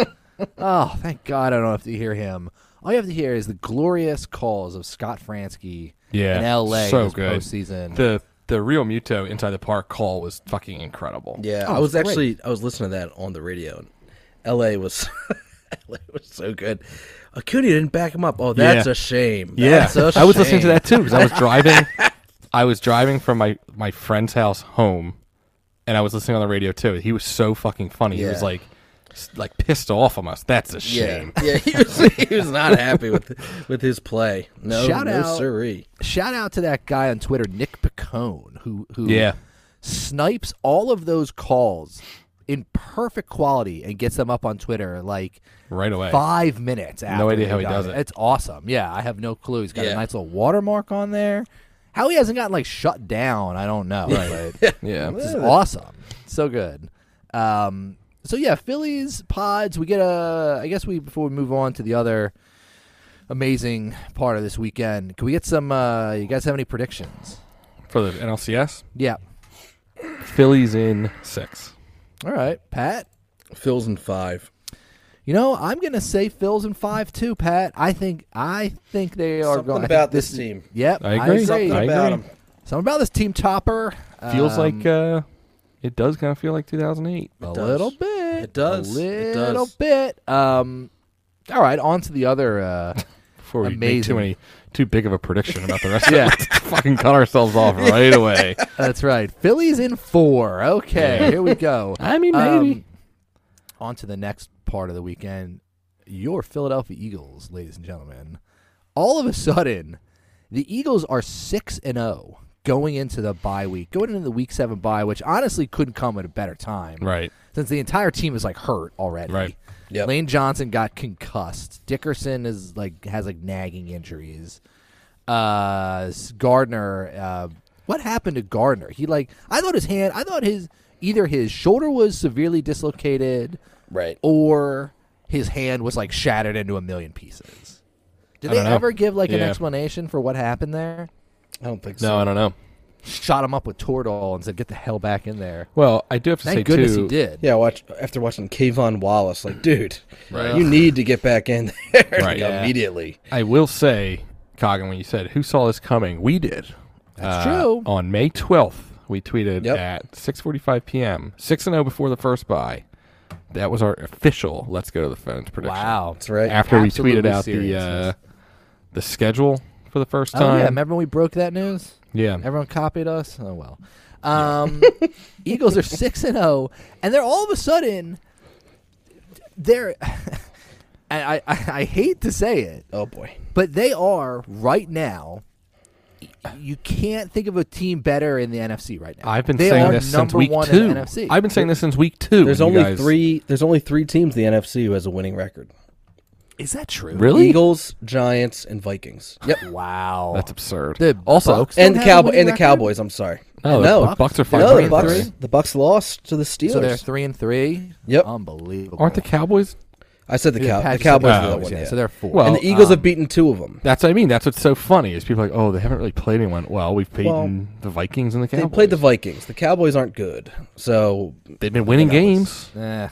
C: oh, thank God, I don't have to hear him. All you have to hear is the glorious calls of Scott Fransky
D: Yeah,
C: in L.A.
D: so
C: this
D: good.
C: postseason.
D: The the real Muto inside the park call was fucking incredible.
E: Yeah, I was actually I was listening to that on the radio. And L.A. was L.A. was so good. Acuna didn't back him up. Oh, that's
D: Yeah.
E: a shame.
D: Yeah,
E: that's a
D: I was listening to
E: shame.
D: that too because I was driving. I was driving from my my friend's house home, and I was listening on the radio too. He was so fucking funny. He was
E: Yeah.
D: like, s- like pissed off on us. That's a shame.
E: Yeah, yeah, he was he was not happy with with his play. No,
C: Shout
E: no
C: out.
E: siree.
C: Shout out to that guy on Twitter, Nick Picone, who who
D: Yeah.
C: snipes all of those calls in perfect quality and gets them up on Twitter like
D: Right away.
C: five minutes. After
D: idea
C: they're
D: how he
C: done.
D: does it.
C: It's awesome. Yeah, I have no clue. He's got a
E: Yeah.
C: nice little watermark on there. How he hasn't gotten like shut down, I don't know. But
D: Yeah.
C: This is awesome. So good. Um, so yeah, Phillies pods. We get a. I guess we before we move on to the other amazing part of this weekend. Can we get some? Uh, you guys have any predictions?
D: For the NLCS,
C: Yeah.
D: Phillies in six.
C: All right, Pat.
E: Phil's in five.
C: You know, I'm gonna say Phil's in five two, Pat. I think I think they are
E: Something
C: going I think
E: about this team.
C: Yep,
D: I agree.
C: Something,
D: I
C: about,
E: about
D: agree.
C: something about this team topper.
D: Feels
C: Um,
D: like uh, it does kind of feel like 2008.
C: a
E: does.
C: little bit.
E: It does.
C: A
E: It
C: little
E: does.
C: bit. Um, all right, on to the other. Uh,
D: Before we make
C: Amazing.
D: too many too big of a prediction about the rest, yeah, let's fucking cut ourselves off right away.
C: That's right. Phillies in four. Okay, here we go.
D: I mean, maybe.
C: Um, on to the next part of the weekend. Your Philadelphia Eagles, ladies and gentlemen. All of a sudden, the Eagles are six and zero going into the bye week, going into the week seven bye, which honestly couldn't come at a better time,
D: Right.
C: Since the entire team is like hurt already,
D: Right.
E: Yep.
C: Lane Johnson got concussed. Dickerson is like has like nagging injuries. Uh, s- Gardner, uh, what happened to Gardner? He like I thought his hand, I thought his either his shoulder was severely dislocated,
E: Right.
C: or his hand was like shattered into a million pieces.
D: I
C: Did they
D: don't know.
C: ever give like an
D: Yeah.
C: explanation for what happened there?
E: I don't think so.
D: No, I don't know.
C: Shot him up with Tordal and said, "Get the hell back in there."
D: Well, I do have to
C: Thank
D: say
C: goodness
D: too.
C: he did.
E: Yeah, watch after watching Kayvon Wallace, like, dude,
D: Right.
E: you need to get back in there like,
D: Right. Yeah.
E: immediately.
D: I will say, Coggin, when you said who saw this coming, we did. Uh,
C: That's true.
D: On May twelfth, we tweeted
E: Yep.
D: at six forty-five p.m. six and zero before the first buy. That was our official. Let's go to the phones prediction.
C: Wow.
E: That's right.
D: After we tweeted
C: Absolutely
D: out the
C: serious,
D: uh,
C: yes.
D: the schedule for the first
C: Oh
D: time.
C: yeah, remember when we broke that news?
D: Yeah.
C: Everyone copied us. Oh well. Um, Eagles are six and zero, and they're all of a sudden they're. and I, I I hate to say it,
E: oh boy.
C: but they are right now. You can't think of a team better in the NFC right now.
D: I've been
C: They
D: saying
C: are
D: this since
C: number
D: week
C: one
D: two.
C: In the NFC.
D: I've been saying this since week two.
E: There's
D: and you
E: only
D: guys-
E: three there's only three teams in the NFC who has a winning record.
C: Is that true?
D: Really?
E: Eagles, Giants, and Vikings. Yep.
C: Wow.
D: That's absurd.
C: The
D: also,
C: Bucks
E: and
C: don't
E: the
C: have a
E: Cowboy
C: winning
E: and the
C: record? Oh,
E: Cowboys, I'm sorry.
D: No, the
E: no.
D: Bucks are five
E: no, the
D: and
E: Bucks,
D: three.
E: the Bucks lost to the Steelers.
C: So they're three and three.
E: Yep.
C: Unbelievable.
D: aren't the Cowboys?
E: I said the,
C: The
E: cow- the
C: Patriots
E: Cowboys
C: and the
E: are the
C: Cowboys,
E: one.
C: yeah,
E: Yeah.
C: so they're um, four.
D: Well,
E: and the Eagles have beaten two of them.
D: That's what I mean. That's what's so funny is people are like, oh, they haven't really played anyone. Well, we've beaten
E: Well,
D: the Vikings and the
E: They
D: Cowboys.
E: played the Vikings. The Cowboys aren't good. So
D: They've been winning games.
C: Ugh.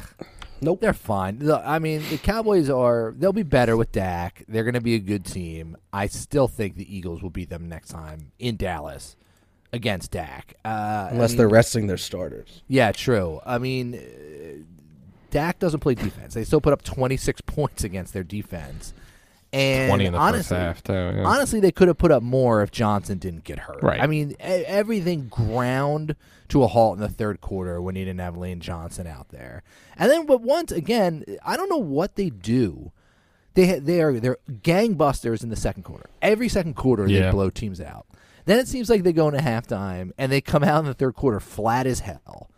E: Nope.
C: They're fine. The- I mean, the Cowboys are, they'll be better with Dak. They're going to be a good team. I still think the Eagles will beat them next time in Dallas against Dak. Uh,
E: unless
C: I mean-
E: they're resting their starters.
C: Yeah, true. I mean, uh, Dak doesn't play defense. They still put up 26 points against their defense. And
D: Twenty in the
C: honestly,
D: first half. Too, yeah.
C: honestly, they could have put up more if Johnson didn't get hurt.
D: Right.
C: I mean, e- everything ground to a halt in the third quarter when he didn't have Lane Johnson out there. And then, but once again, I don't know what they do. They ha- they are they're gangbusters in the second quarter. Every second quarter, they
D: Yeah.
C: blow teams out. Then it seems like they go into halftime and they come out in the third quarter flat as hell.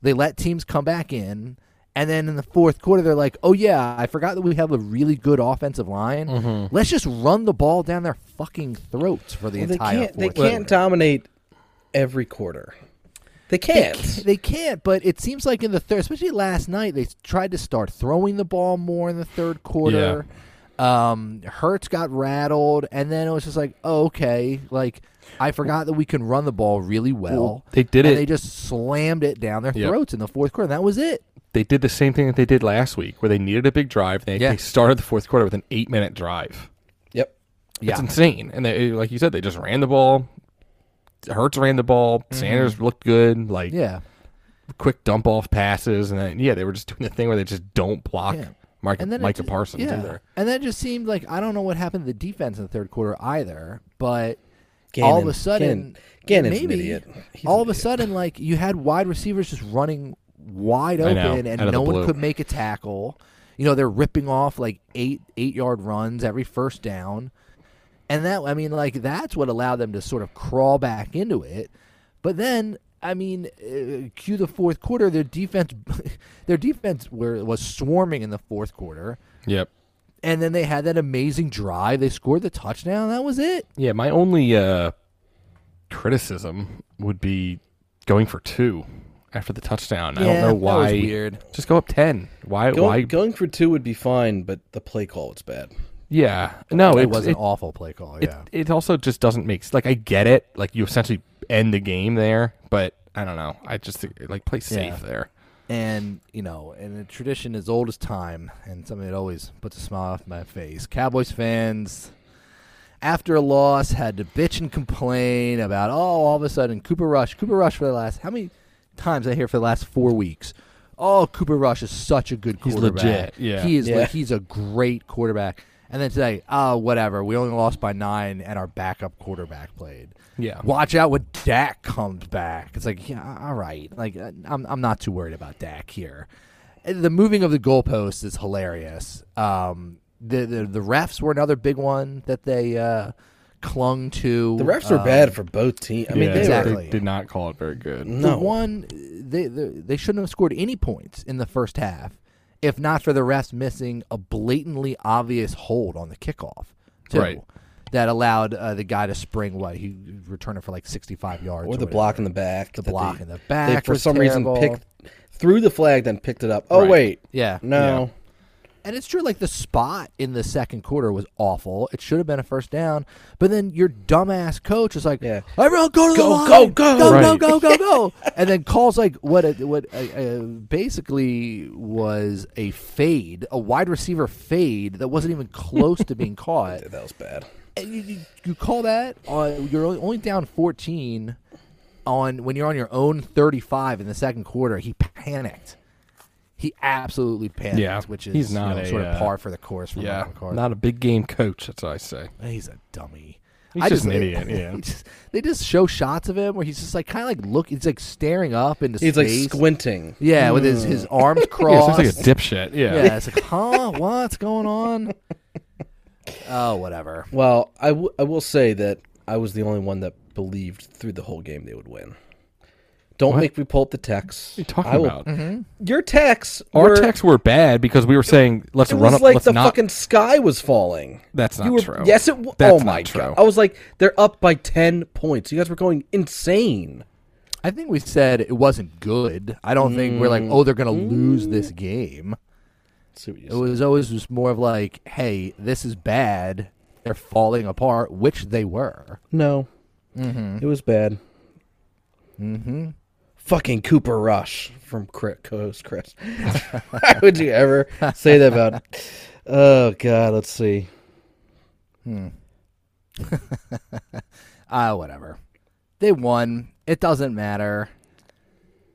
C: They let teams come back in. And then in the fourth quarter, they're like, "Oh yeah, I forgot that we have a really good offensive line. Let's just run the ball down their fucking throats for the
E: Well, they
C: entire."
E: can't. They
C: fourth quarter.
E: can't dominate every quarter. They can't.
C: They can't, but it seems like in the third, especially last night, they tried to start throwing the ball more in the third quarter. Um, Hertz got rattled, and then it was just like, oh, okay, like I forgot that we can run the ball really well.
D: they did
C: and
D: it-
C: They just slammed it down their
D: Yep.
C: throats in the fourth quarter. And that was it.
D: they did the same thing that they did last week, where they needed a big drive. They,
C: Yeah.
D: they started the fourth quarter with an eight-minute drive.
E: Yep.
C: Yeah,
D: It's insane. And they, like you said, they just ran the ball, Hertz ran the ball. Sanders looked good. Like
C: Mm-hmm. Yeah.
D: quick dump off passes, and then, yeah, they were just doing the thing where they just don't block
C: Yeah.
D: Mike,
C: And then it
D: Micah
C: just-
D: Parsons
C: yeah.
D: either.
C: And that just seemed like I don't know what happened to the defense in the third quarter either, but
E: Gannon.
C: all of a sudden
E: Gannon- Gannon's an
C: maybe
E: idiot. He's
C: all
E: an
C: of a sudden like you had wide receivers just running wide
D: I
C: open
D: know,
C: and
D: out of the
C: no one
D: blue.
C: could make a tackle. You know, they're ripping off like 8 8-yard runs every first down. And that I mean like that's what allowed them to sort of crawl back into it. But then I mean, uh, cue the fourth quarter. Their defense, their defense were, was swarming in the fourth quarter
D: Yep.
C: and then they had that amazing drive. They scored the touchdown. That was it.
D: Yeah, my only uh, criticism would be going for two after the touchdown. I
C: Yeah,
D: don't know
C: that was
D: why.
C: weird.
D: Just go up ten. Why?
E: Going,
D: why?
E: going for two would be fine, but the play call was bad.
D: yeah. No,
C: It
D: it
C: was an
D: wasn't.
C: awful play call.
D: It,
C: Yeah,
D: it also just doesn't make s- like I get it. Like you essentially end the game there, but I don't know. I just think, like play safe
C: Yeah.
D: there.
C: and you know, and a tradition as old as time, and something that always puts a smile off my face. Cowboys fans, after a loss, had to bitch and complain about oh, all of a sudden Cooper Rush, Cooper Rush for the last how many times I hear for the last four weeks. Oh, Cooper Rush is such a good
D: He's
C: quarterback.
D: legit, yeah.
C: he is.
E: Yeah.
C: Like, he's a great quarterback. And then today, oh, whatever. We only lost by nine, and our backup quarterback played.
D: Yeah.
C: Watch out when Dak comes back. It's like, yeah, all right. Like, uh, I'm, I'm not too worried about Dak here. And The moving of the goalposts is hilarious. Um, the, the the refs were another big one that they uh, clung to.
E: The refs are
C: Um,
E: bad for both teams. I mean,
D: uh, Yeah,
E: they
C: exactly.
E: were
D: they did not call it very good.
C: The
E: no.
C: one they, they they shouldn't have scored any points in the first half if not for the refs missing a blatantly obvious hold on the kickoff too,
D: Right.
C: that allowed uh, the guy to spring what he returned it for like 65 yards
E: or the
C: whatever.
E: block in the back. The
C: block in the back
E: They for
C: was
E: some
C: terrible.
E: reason picked threw the flag, then picked it up. Oh
D: Right.
E: wait,
C: Yeah.
E: no,
C: And it's true, like the spot in the second quarter was awful. It should have been a first down, but then your dumbass coach is like,
E: Yeah.
C: "Everyone go to
E: Go,
C: the line,
E: go, go."
C: go,
D: Right.
C: go, go, go, go," and then calls like what a, what a, uh basically was a fade, a wide receiver fade that wasn't even close to being caught.
E: that was bad.
C: And Eh, you, you, you call that? Uh, you're only- only down 14 on when you're on your own 35 in the second quarter. He panicked. He absolutely panicked,
D: Yeah,
C: which is
D: he's
C: you
D: not
C: know,
D: a,
C: sort
D: uh,
C: of par for the course for
D: Yeah,
C: Michael McCarthy.
D: not a big game coach. That's what I say.
C: he's a dummy.
D: He's
C: I
D: just an
C: they-
D: idiot, yeah.
C: he just- they just show shots of him where he's just like kind of like look. He's like staring up into
E: He's like
C: space.
E: squinting.
C: Yeah, with his, his
D: Mm.
C: arms
D: Yeah,
C: crossed.
D: sounds like a dipshit. Yeah.
C: yeah, it's like, huh? What's going on? Oh, whatever.
E: Well, I, w- I will say that I was the only one that believed through the whole game they would win. Don't make me pull up the texts.
D: What are you talking
E: I will-
D: about?
E: Your texts.
D: Our
E: were,
D: texts were bad because we were saying let's
E: It
D: run
E: was
D: up.
E: like
D: let's
E: the
D: not.
E: fucking sky was falling.
D: that's not
E: You were-
D: true.
E: Yes, it. W-
D: That's
E: oh
D: not
E: my
D: true.
E: god! I was like, they're up by ten points. You guys were going insane.
C: I think we said it wasn't good. I don't think we're like, oh, they're going to lose this game.
E: Let's see what you
C: It was always just more of like, hey, this is bad. They're falling apart, which they were.
E: No. It was bad. Mm-hmm.
C: Mm-hmm.
E: Fucking Cooper Rush from Chris, co-host Chris. Why would you ever say that about? Oh God, let's see.
C: Ah, whatever. They won. It doesn't matter.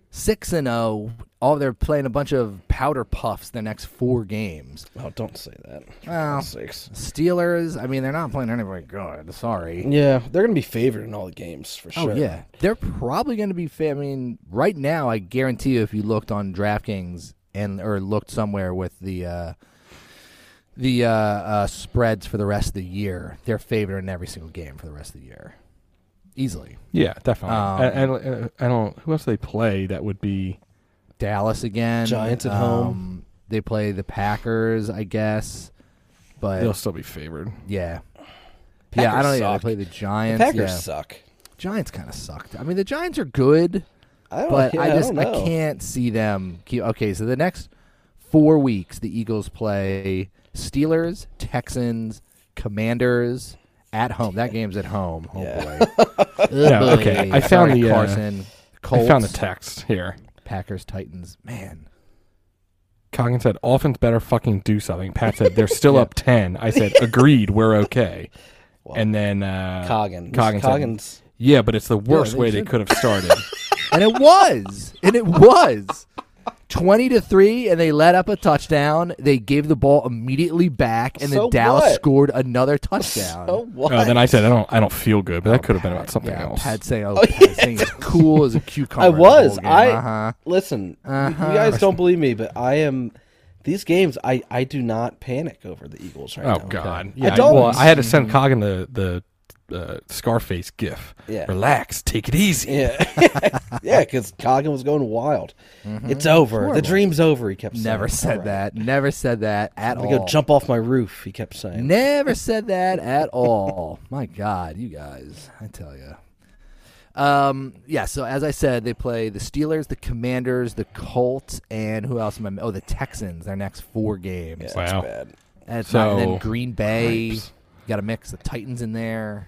C: Six and zero. All they're playing a bunch of powder puffs the next four games.
E: Oh, don't say that.
C: Well.
E: Six.
C: Steelers. I mean, they're not playing anybody good. Sorry.
E: Yeah, they're gonna be favored in all the games for
C: Oh
E: sure.
C: yeah, they're probably going to be. Fa- I mean, right now, I guarantee you, if you looked on DraftKings and or looked somewhere with the uh, the uh, uh, spreads for the rest of the year, they're favored in every single game for the rest of the year, easily.
D: Yeah, definitely.
C: Um,
D: I, I don't- uh, I don't. Who else do they play that would be?
C: Dallas again, um,
E: Giants at home.
C: They play the Packers, I guess, but
D: They'll still be favored.
C: yeah, yeah. I
E: Packers
C: don't know. They
E: suck.
C: play the
E: The
C: Giants.
E: Packers
C: yeah.
E: suck.
C: Giants kind of sucked. I mean, the Giants are good.
E: I don't,
C: but
E: Oh, yeah,
C: I just
E: don't
C: I,
E: know.
C: can't see them. Keep, okay, so the next four weeks, the Eagles play Steelers, Texans, Commanders at home. That game's at home. Oh boy. Ugh,
D: Yeah, okay.
C: boy.
D: I found
C: Sorry,
D: the, uh,
C: Carson. Colts,
D: I found the text here.
C: Packers, Titans. Man,
D: Coggin said, "Offense better fucking do something." Pat said, "They're still up 10. I said, "Agreed. We're okay." and then uh,
E: Coggin.
D: Coggin
E: Coggins.
D: said, Yeah, but it's the worst
C: they
D: way they
C: should.
D: could have started.
C: and it was, and it was. 20 to 3 and they let up a touchdown. They gave the ball immediately back and
E: So
C: then Dallas
E: what?
C: scored another touchdown.
E: Oh, what?
D: Oh, then I said I don't I don't feel good, but that could have been about something
C: yeah,
D: else.
C: Pat saying, "Oh, Pat saying he's cool as a cucumber."
E: I
C: the
E: was.
C: whole game.
E: I
C: Uh-huh.
E: listen. y- You guys don't believe me, but I am. These games, I I do not panic over the Eagles right
D: Oh
E: now.
D: God!
E: I
D: Yeah, I,
E: don't.
D: well, I had to send Coggin the the uh, Scarface gif.
E: Yeah.
D: Relax, take it easy.
E: Yeah, yeah, because Coggin was going wild. It's over. The dream's over. He kept saying.
C: Mm-hmm. Never said
E: All right.
C: that. Never said that at
E: I'm
C: all.
E: gonna go jump off my roof. He kept saying.
C: Never said that at all. My God, you guys, I tell you. Um, yeah. So as I said, they play the Steelers, the Commanders, the Colts, and who else? Am I, oh, the Texans. Their next four games.
D: wow.
E: Bad.
C: And, it's not- and then
D: So-
C: Green Bay.
D: Cripes.
C: Got to mix the Titans in there.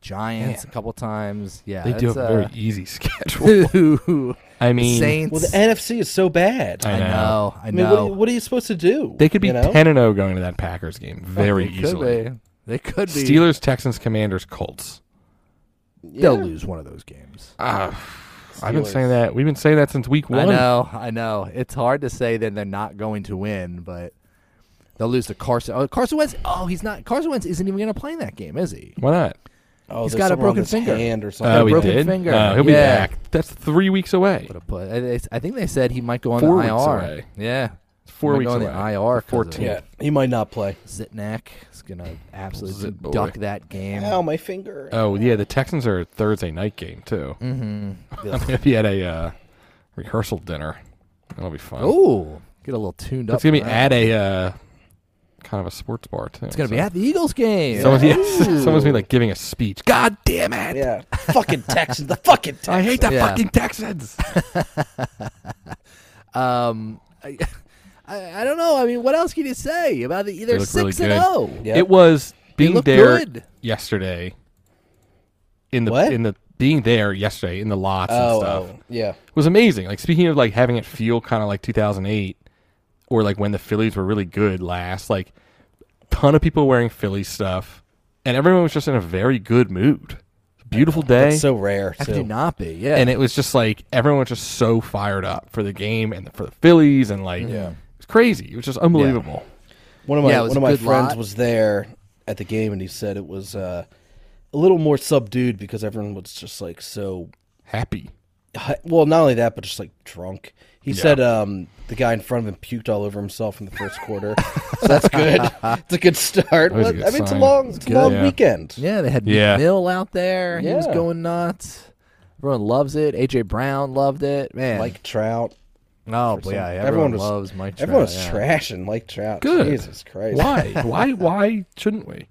C: Giants a couple times. Yeah,
D: They do
C: it's,
D: have a very
C: uh,
D: easy schedule. I mean,
C: Saints.
E: Well, the NFC is so bad. I,
D: I
C: I
D: know.
C: know. I
E: mean,
C: know.
E: what, are you, what are you supposed to do?
D: They could be
E: you know?
D: ten and zero going to that Packers game very
C: They
D: easily.
C: Could be. They could be.
D: Steelers, Texans, Commanders, Colts.
E: Oh,
C: They'll lose one of those games.
D: I've been saying that. We've been saying that since week
C: I
D: one.
C: know. I know. It's hard to say that they're not going to win, but they'll lose to Carson. Oh, Carson Wentz. Oh, he's not. Carson Wentz isn't even going to play in that game, is he?
D: Why not?
E: Oh,
C: He's
E: there's
C: got a
E: someone on
C: broken
E: his
C: finger.
E: hand or something.
D: Oh, we
C: broken
D: did.
C: finger.
D: Uh, he'll
C: Yeah.
D: be back. That's three weeks away.
C: But, but I- it's- I think they said he might go on
D: Four
C: the
D: weeks
C: IR.
D: away.
C: Yeah.
D: Four
C: He might
D: weeks
C: go on
D: away.
C: the IR.
D: 14th.
E: yeah, he might not play.
C: Zitnak is going to absolutely
D: Zit boy.
C: duck that game.
E: Ow, my finger.
D: Oh yeah, the Texans are a Thursday night game too.
C: Mm.
D: Mm-hmm. I mean, if you had a uh, rehearsal dinner, that'll be fun.
C: Oh, get a little tuned up.
D: it's gonna be
C: for
D: at
C: that.
D: a uh, kind of a sports bar too.
C: It's going to be at the Eagles game.
D: Someone's, yes, someone's gonna be like giving a speech. God damn it!
E: Yeah, fucking Texans. The fucking
C: Oh,
E: Texans.
D: I hate the
C: Yeah.
D: fucking Texans.
C: Um, I, I, I don't know. I mean, what else can you say about the either
D: look
C: six
D: really
C: and oh.
D: good.
C: zero?
E: Yeah.
D: It was being
C: look
D: there
C: good.
D: yesterday. In the
E: What?
D: in the being there yesterday in the lots and
E: Oh,
D: stuff
E: oh, yeah.
D: was amazing. Like speaking of like having it feel kind of like 2008 or like when the Phillies were really good last, like ton of people wearing Philly stuff and everyone was just in a very good mood. Beautiful day.
E: It's so rare.
C: How
E: too.
C: could you not be? Yeah,
D: and it was just like everyone was just so fired up for the game and for the Phillies and like it was crazy. It was just unbelievable.
E: One of my
C: Yeah, it was
E: one of
C: a
E: my
C: good
E: friends
C: lot.
E: was there at the game, and he said it was uh, a little more subdued because everyone was just like so.
D: Happy.
E: Well, not only that, but just like drunk. He said um, the guy in front of him puked all over himself in the first quarter, so that's good. it's a good start.
D: was a
E: Well,
D: good
E: I mean, it's a
D: sign.
E: long, it's a long
D: Yeah.
E: weekend.
C: yeah, they had
D: Yeah.
C: Mill out there. He was
E: Yeah.
C: going nuts. Everyone loves it. AJ Brown loved it. Man,
E: Mike Trout.
C: oh boy, yeah, everyone,
E: everyone was-
C: loves Mike.
E: Everyone
C: Trout,
E: was
C: yeah.
E: trashing Mike Trout.
D: Good.
E: Jesus Christ.
D: Why? why why shouldn't we?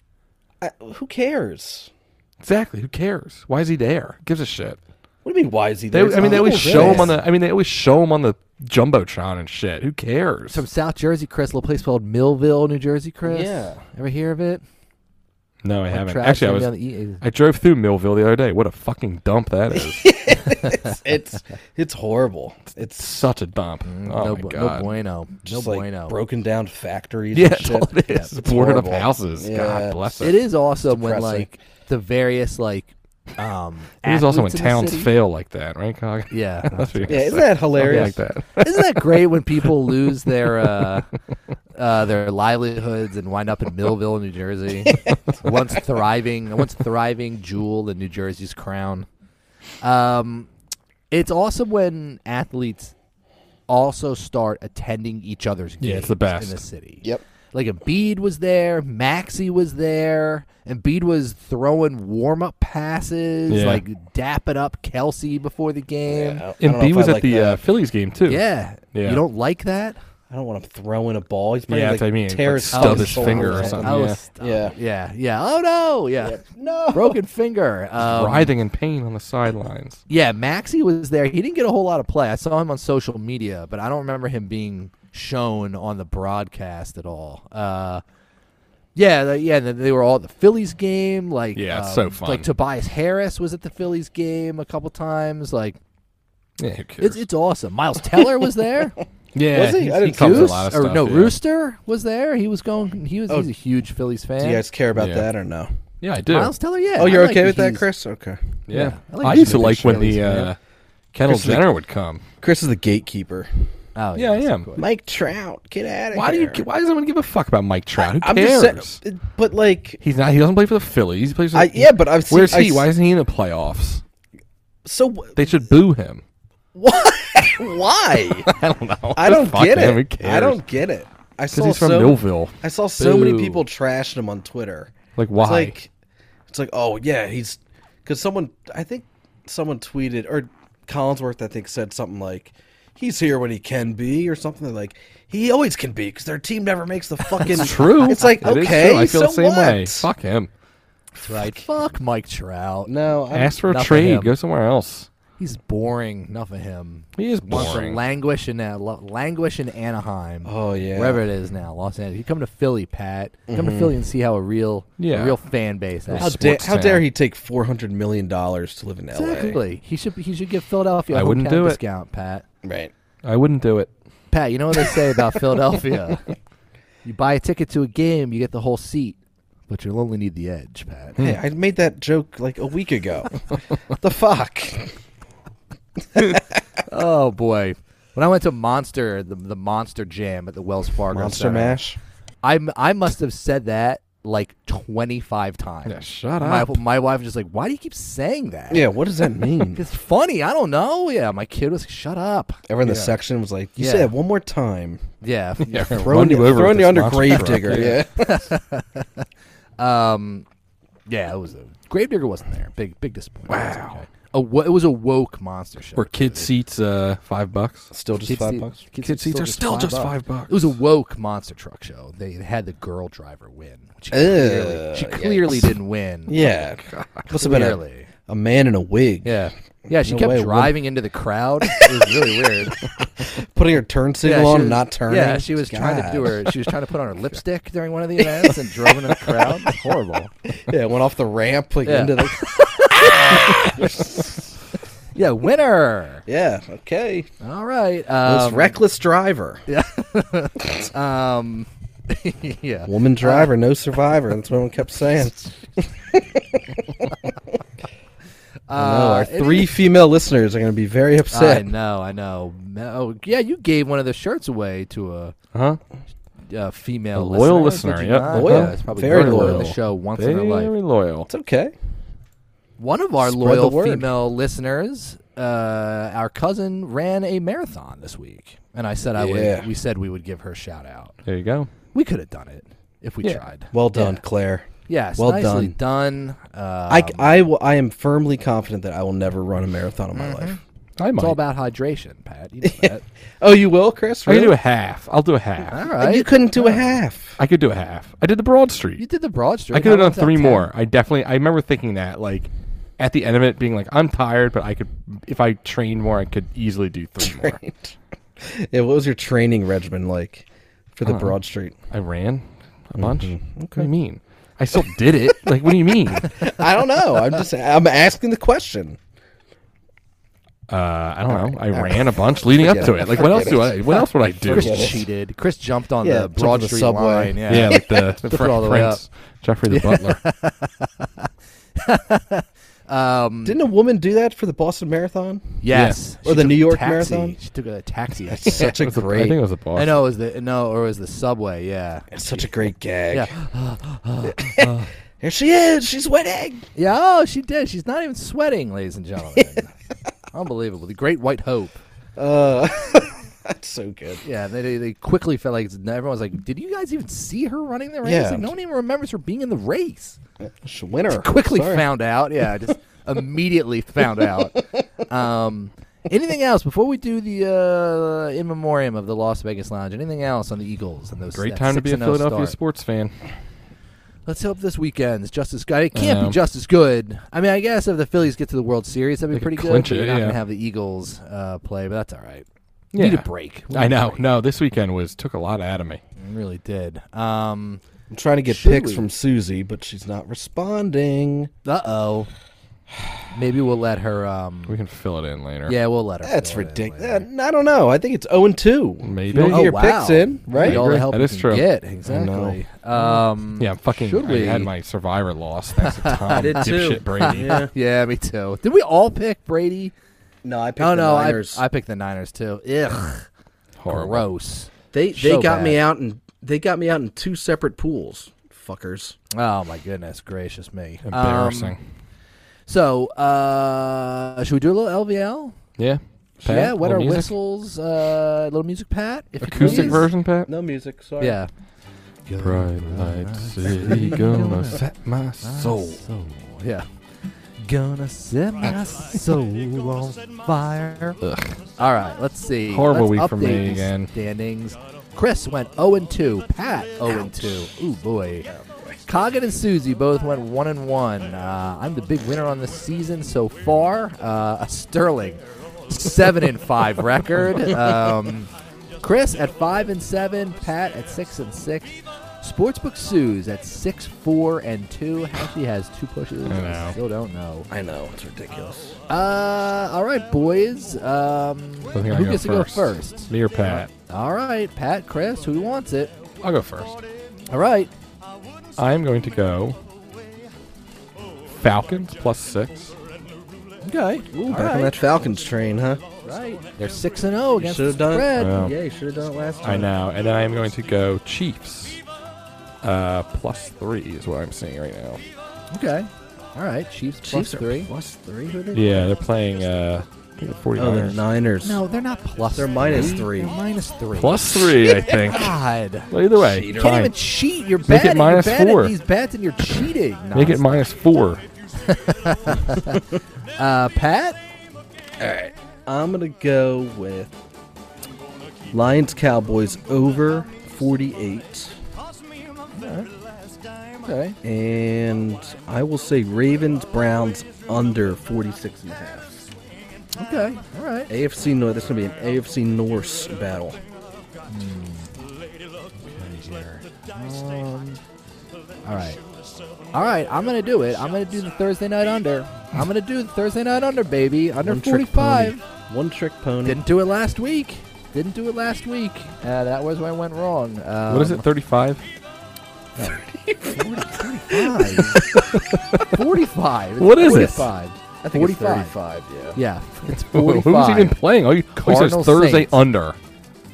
E: I, who cares?
D: Exactly. Who cares? Why is he there? Gives a shit.
E: What do you mean? Why is he
D: They,
E: there?
D: I mean, they always
E: It's
D: show
E: Eagles.
D: him on the. I mean, they always show him on the jumbotron and shit. Who cares?
C: From South Jersey, Chris, a little place called Millville, New Jersey, Chris.
E: Yeah.
C: ever hear of it?
D: No, I haven't.
C: Trout's
D: Actually, I
C: gonna
D: was.
C: be on the E-
D: I drove through Millville the other day. What a fucking dump that is!
E: It's it's horrible. It's
D: Such a dump. oh
C: Mm, no,
D: my
C: bu-
D: god.
C: no bueno,
E: just
C: no
E: like
C: bueno.
E: broken down factories.
D: Yeah,
E: and
D: that's
E: shit.
D: all it is.
E: it's
D: Boarded up
E: horrible.
D: houses. God
E: Yeah.
D: bless
C: It
D: it.
C: is awesome when
E: depressing.
C: like the various like. Um,
D: It is also when
C: athletes in the
D: towns
C: city-
D: fail like that, right, Cog?
C: Yeah,
D: that's what
E: Yeah,
D: you're
E: isn't that
D: gonna
E: hilarious?
D: say. like that.
C: Isn't that great when people lose their uh, uh, their livelihoods and wind up in Millville, New Jersey, once thriving, once thriving jewel in New Jersey's crown. Um, it's awesome when athletes also start attending each other's games.
D: Yeah, it's the best.
C: in the city.
E: Yep.
C: Like Embiid was there, Maxi was there. Embiid was throwing warm up passes,
D: Yeah.
C: like dapping up Kelsey before the game.
E: I don't- I
D: And
E: don't know
D: B
E: if
D: was
E: I
D: at
E: like
D: the
E: that.
D: uh, Phillies game too.
C: Yeah.
D: Yeah.
C: You don't like that?
E: I don't want him throwing a ball. He's probably
D: Yeah,
E: like
D: that's what I mean.
E: tear
D: Like,
E: his
D: stub
E: fucking
D: his
E: soul
D: finger or
E: out.
D: something.
C: I
D: yeah.
C: was stuck.
E: Oh, Yeah.
C: Oh, yeah, yeah. Oh no, yeah.
E: No.
C: Broken finger. Um,
D: Writhing in pain on the sidelines.
C: Yeah, Maxi was there. He didn't get a whole lot of play. I saw him on social media, but I don't remember him being shown on the broadcast at all. Uh, yeah, the, yeah. They they were all at the Phillies game. Like,
D: Yeah, it's
C: um,
D: so fun.
C: Like Tobias Harris was at the Phillies game a couple times. Like,
D: Yeah, who cares?
C: it's it's awesome. Miles Teller was there.
D: yeah,
E: Was he? I didn't
D: covers a
C: Goose-
D: lot of
C: or
D: stuff.
C: no,
D: yeah.
C: Rooster was there. He was going. He was.
E: Oh.
C: He's a huge Phillies fan.
E: Do you guys care about
D: Yeah.
E: that or no?
D: Yeah, I do.
C: Miles Teller, yeah.
E: Oh,
C: I
E: you're
C: like
E: okay
C: that
E: with that,
C: he's-
E: Chris? Okay.
D: Yeah,
C: I
D: I,
C: like
D: used to
C: Disney
D: like when
C: Chili's,
D: the
C: man.
D: uh, Kendall
E: Christmas-
D: Jenner would come.
E: Chris is the gatekeeper.
C: Oh,
D: Yeah, I
C: that's
D: am.
C: good.
E: Mike Trout, get out of
D: Why do
E: here.
D: you? Why does anyone give a fuck about Mike Trout? Who
E: I'm
D: cares?
E: just saying, but like,
D: He's not. He doesn't play for the Phillies. He plays. For,
E: I, yeah, but I've seen.
D: where's
E: I,
D: he? Why isn't he in the playoffs?
E: So
D: They should boo him.
E: why? why?
D: I don't know.
E: I don't
D: Fuck
E: get
D: him, who
E: it.
D: cares?
E: I don't get it. I saw
D: Because he's from
E: so,
D: Millville.
E: I saw so many
D: Boo.
E: people trashing him on Twitter.
D: Like why?
E: It's like, it's like, oh yeah, he's because someone I think someone tweeted or Collinsworth I think said something like, he's here when he can be or something like he always can be because their team never makes the fucking.
D: True.
E: It's like
D: It is true.
E: okay,
D: I feel
E: so
D: the same way.
E: what?
D: Fuck him.
C: That's right. Fuck Mike Trout.
E: No, I'm,
D: Ask for a
C: Not for
D: trade.
C: him.
D: Go somewhere else.
C: He's boring. Enough of him.
D: He is
C: Wants to
D: boring.
C: languish in uh, lo- languish in Anaheim.
E: Oh, yeah. Mm-hmm.
C: wherever it is now, Los Angeles. You come to Philly, Pat. Come to Philly and see how a real, a
D: Yeah.
C: real fan base.
E: how,
C: Is.
D: Sports
E: da- how
D: town.
E: dare he take four hundred million dollars to live in L.A.
C: Exactly. He should he should give Philadelphia. a
D: I wouldn't
C: hometown
D: do it.
C: discount, Pat.
E: Right.
D: I wouldn't do it.
C: Pat, you know what they say about Philadelphia? You buy a ticket to a game, you get the whole seat, but you'll only need the edge, Pat.
D: Hmm.
E: Hey, I made that joke like a week ago. the fuck.
C: Oh boy. When I went to Monster, the, the Monster Jam at the Wells Fargo
E: Monster
C: Center,
E: Mash.
C: I I must have said that like 25 times.
D: Yeah, shut
C: my,
D: up.
C: My wife was just like, "Why do you keep saying that?"
E: Yeah, what does that mean?
C: It's funny. I don't know. Yeah, my kid was like, "Shut up."
E: Everyone in the section was like, "You
C: Yeah.
E: say that one more time."
C: Yeah.
D: Run you over
E: throwing
D: with
E: you
D: this
E: under
D: monster truck.
E: Gravedigger. Yeah.
C: yeah, it was a Gravedigger wasn't there. Big big disappointment. Wow. A wo- it was a woke monster show.
D: Where kid seats uh, five bucks.
E: Still just
C: Kids
E: five
C: seat-
E: bucks.
D: Kid seats are still just five bucks.
C: It was a woke monster truck show. They had the girl driver win. She clearly, she clearly didn't win.
E: Yeah.
C: Oh
E: Must have been a,
C: Clearly.
E: a man in a wig.
C: Yeah. Yeah, she
E: No
C: kept
E: way, a woman-
C: driving into the crowd. It was really weird.
E: Putting her turn signal
C: she
E: on
C: was-
E: and not turning.
C: Yeah, she was trying to do her. She was trying to put on her lipstick during one of the events and drove into the crowd. Horrible.
E: Yeah, went off the ramp like
C: Yeah.
E: into the.
C: Yeah, winner.
E: Yeah. Okay.
C: All right.
E: Most
C: Um,
E: reckless driver.
C: yeah.
E: Woman driver, no survivor. That's what everyone kept saying. I know, our
C: any-
E: three female listeners are going to be very
C: Uh, I
E: upset.
C: know. I know. Oh, yeah. You gave one of the shirts away to a,
D: Huh?
C: a uh, female
D: A loyal
C: listener.
D: listener,
C: did you
D: yep.
C: not?
D: Loyal.
C: Yeah, it's probably
E: Very
C: heard
E: loyal.
C: of the show once
D: Very
C: in her life.
D: loyal.
E: It's okay.
C: One of our
E: Spread the
C: loyal
E: word.
C: female listeners, uh, our cousin ran a marathon this week, and I said I
E: Yeah.
C: would. We said we would give her a shout out.
D: There you go.
C: We could have done it if we
D: Yeah.
C: tried.
E: Well done,
C: Yeah.
E: Claire.
C: Yes,
E: Well
C: nicely done. Uh,
E: I, I, will- I am firmly confident that I will never run a marathon in my
C: mm-hmm.
E: life.
D: I might.
C: it's all about hydration, Pat. You know that.
E: Oh, you will, Chris?
D: I can do
E: Really?
D: a half. I'll do a half.
C: All
E: And
C: right,
E: You couldn't do a half.
D: I could do a half. I did the Broad Street.
C: you did the broad street.
D: I could have
C: How
D: done
C: was that
D: three
C: 10?
D: more. I definitely. I remember thinking that, like, at the end of it, being like, I'm tired, but I could, if I trained more, I could easily do three more.
E: Yeah, what was your training regimen like for
D: Uh-huh.
E: the Broad Street?
D: I ran a bunch.
C: Mm-hmm.
D: What do you mean? I still did it. Like, what do you mean? Uh,
E: I don't know. I'm just I'm asking the question.
D: I don't know. I ran a bunch leading up to it. Like, what else do I? What else would I do?
C: Chris cheated. Chris jumped on
E: Yeah,
C: the
E: jumped on
C: broad
E: the
C: street
E: subway.
C: line. Yeah.
D: Yeah, like the, the
C: it all the way
D: Prince, Jeffrey the Butler.
E: Didn't a woman do that for the Boston Marathon?
C: Yes.
E: Or
C: She
E: the
C: took
E: New
C: a
E: York
C: taxi.
E: Marathon?
C: She took a taxi. I think.
E: Such a
D: I think it
E: great,
D: was a boss.
C: I know it was the no, or it was the subway. Yeah.
E: such a great gag.
C: Yeah.
E: Here she is. She's winning.
C: Yeah, oh, she did. She's not even sweating, ladies and gentlemen. Unbelievable. The Great White Hope.
E: That's so good.
C: Yeah, they- they, they quickly felt like everyone's like, "Did you guys even see her running the race?
E: Yeah.
C: Like, no one even remembers her being in the race."
E: She's a winner.
C: Quickly
E: Sorry.
C: found out. Yeah, just immediately found out. Um, anything else before we do the uh, in memoriam of the Las Vegas Lounge? Anything else on the Eagles and those?
D: Great
C: that
D: time to be a
C: 6-0
D: Philadelphia
C: start?
D: sports fan.
C: Let's hope this weekend's just as good. It can't be
D: know.
C: just as good. I mean, I guess if the Phillies get to the World Series, that'd be
D: They could
C: pretty good.
D: clinch
C: but
D: it,
C: You're not
D: yeah.
C: gonna have the Eagles uh, play, but that's all right. We Need
D: Yeah.
C: a break. We
D: I
C: need a
D: know.
C: break.
D: No, this weekend was took a lot out of me.
C: We really did. Um,
E: I'm trying to get
C: Should
E: pics
C: we?
E: from Susie, but she's not responding.
C: uh oh. Maybe we'll let her. Um,
D: We can fill it in later.
C: yeah, we'll let her.
F: That's
C: fill it in
F: ridiculous.
C: later.
F: I don't know. I think it's 0 and 2.
D: Maybe.
F: You don't
D: Oh,
F: get your
C: wow.
F: picks in,
C: Need
F: right?
C: all
D: agree.
C: the help
D: That
C: we
D: is
C: can
D: true.
C: get
D: know.
C: exactly. Um,
D: Yeah, I'm fucking.
C: Should we?
D: I had my survivor loss thanks to Tom
E: I did too.
D: dipshit Brady.
E: Yeah.
C: yeah, me too. Did we all pick Brady?
F: No, I picked
C: Oh
F: the
C: no, I,
F: Niners.
C: I picked the Niners too. Ugh,
D: Horrible.
C: gross.
E: They they
C: So
E: got me
C: bad.
E: out and they got me out in two separate pools. Fuckers.
C: Oh my goodness gracious me! Um,
D: Embarrassing.
C: so, uh, should we do a little LVL?
D: yeah. Pat,
C: yeah, what
D: little
C: are
D: music?
C: whistles? Uh, little music, Pat. If you
D: Acoustic
C: please.
D: version, Pat.
F: no music, sorry.
C: Yeah.
D: Bright light city gonna set my soul.
C: Yeah. Gonna set my soul on fire. All right, let's see.
D: Horrible
C: Let's
D: week for me
C: update these
D: again.
C: Standings. Chris went 0 and 2. Pat 0 and 2. Ooh boy. Coggin and Susie both went 1 and 1. Uh, I'm the big winner on the season so far. Uh, a Sterling 7 and 5 record. Um, Chris at 5 and 7. Pat at 6 and 6. Sportsbook Sue's at 6 4 and 2. How she has two pushes,
D: I
C: I,
D: know.
C: still don't know.
F: I know, it's ridiculous.
C: Uh, all right, boys. Um,
D: I think I
C: who gets to go first?
D: Me or Pat?
C: All right, Pat, Chris, who wants it?
D: I'll go first.
C: All right.
D: I'm going to go Falcons plus six.
C: Okay. All
E: Back on that
C: right.
E: Falcons train, huh?
C: right. They're 6 and 0 against the
F: should've done it.
C: spread.
D: Yeah.
E: Yeah, you should have done it last
D: I
E: time.
D: know. And then I'm going to go Chiefs uh, plus three is what I'm seeing right now.
C: Okay. All right, Chiefs, plus
E: Chiefs are
C: 3.
E: plus three. Who did-
D: Yeah, they're playing uh, I think the
E: Oh, the
D: 49ers.
E: Niners.
C: No, they're not plus
E: They're minus three.
C: They're minus 3.
D: Plus three, I think.
C: God.
D: Well, either way,
C: You can't
D: fine.
C: even cheat. You're
D: Make it
C: bad.
D: minus
C: you're bad
D: four.
C: at these bets and you're cheating.
D: Make it
C: nonsense.
D: minus four.
C: Uh, Pat?
E: I'm gonna go with Lions Cowboys over 48,
C: Okay.
E: and I will say Ravens Browns under 46 and a half.
C: Okay. All right.
E: AFC North. This is gonna be an AFC Norse battle.
C: All right. All right, I'm going to do it. I'm going to do the Thursday night under. I'm going to do the Thursday night under, baby. Under
E: One trick
C: 45.
E: pony. One trick pony.
C: Didn't do it last week. Didn't do it last week. Uh, that was where I went wrong. Um,
D: what is it? Thirty-five.
C: 45. 45. It's
D: What is it?
C: 45.
E: I think it's 35. Yeah.
C: Yeah, it's
D: Who's
C: 45.
D: even playing? Oh, you oh, it says
C: Cardinals,
D: Thursday
C: Saints.
D: under.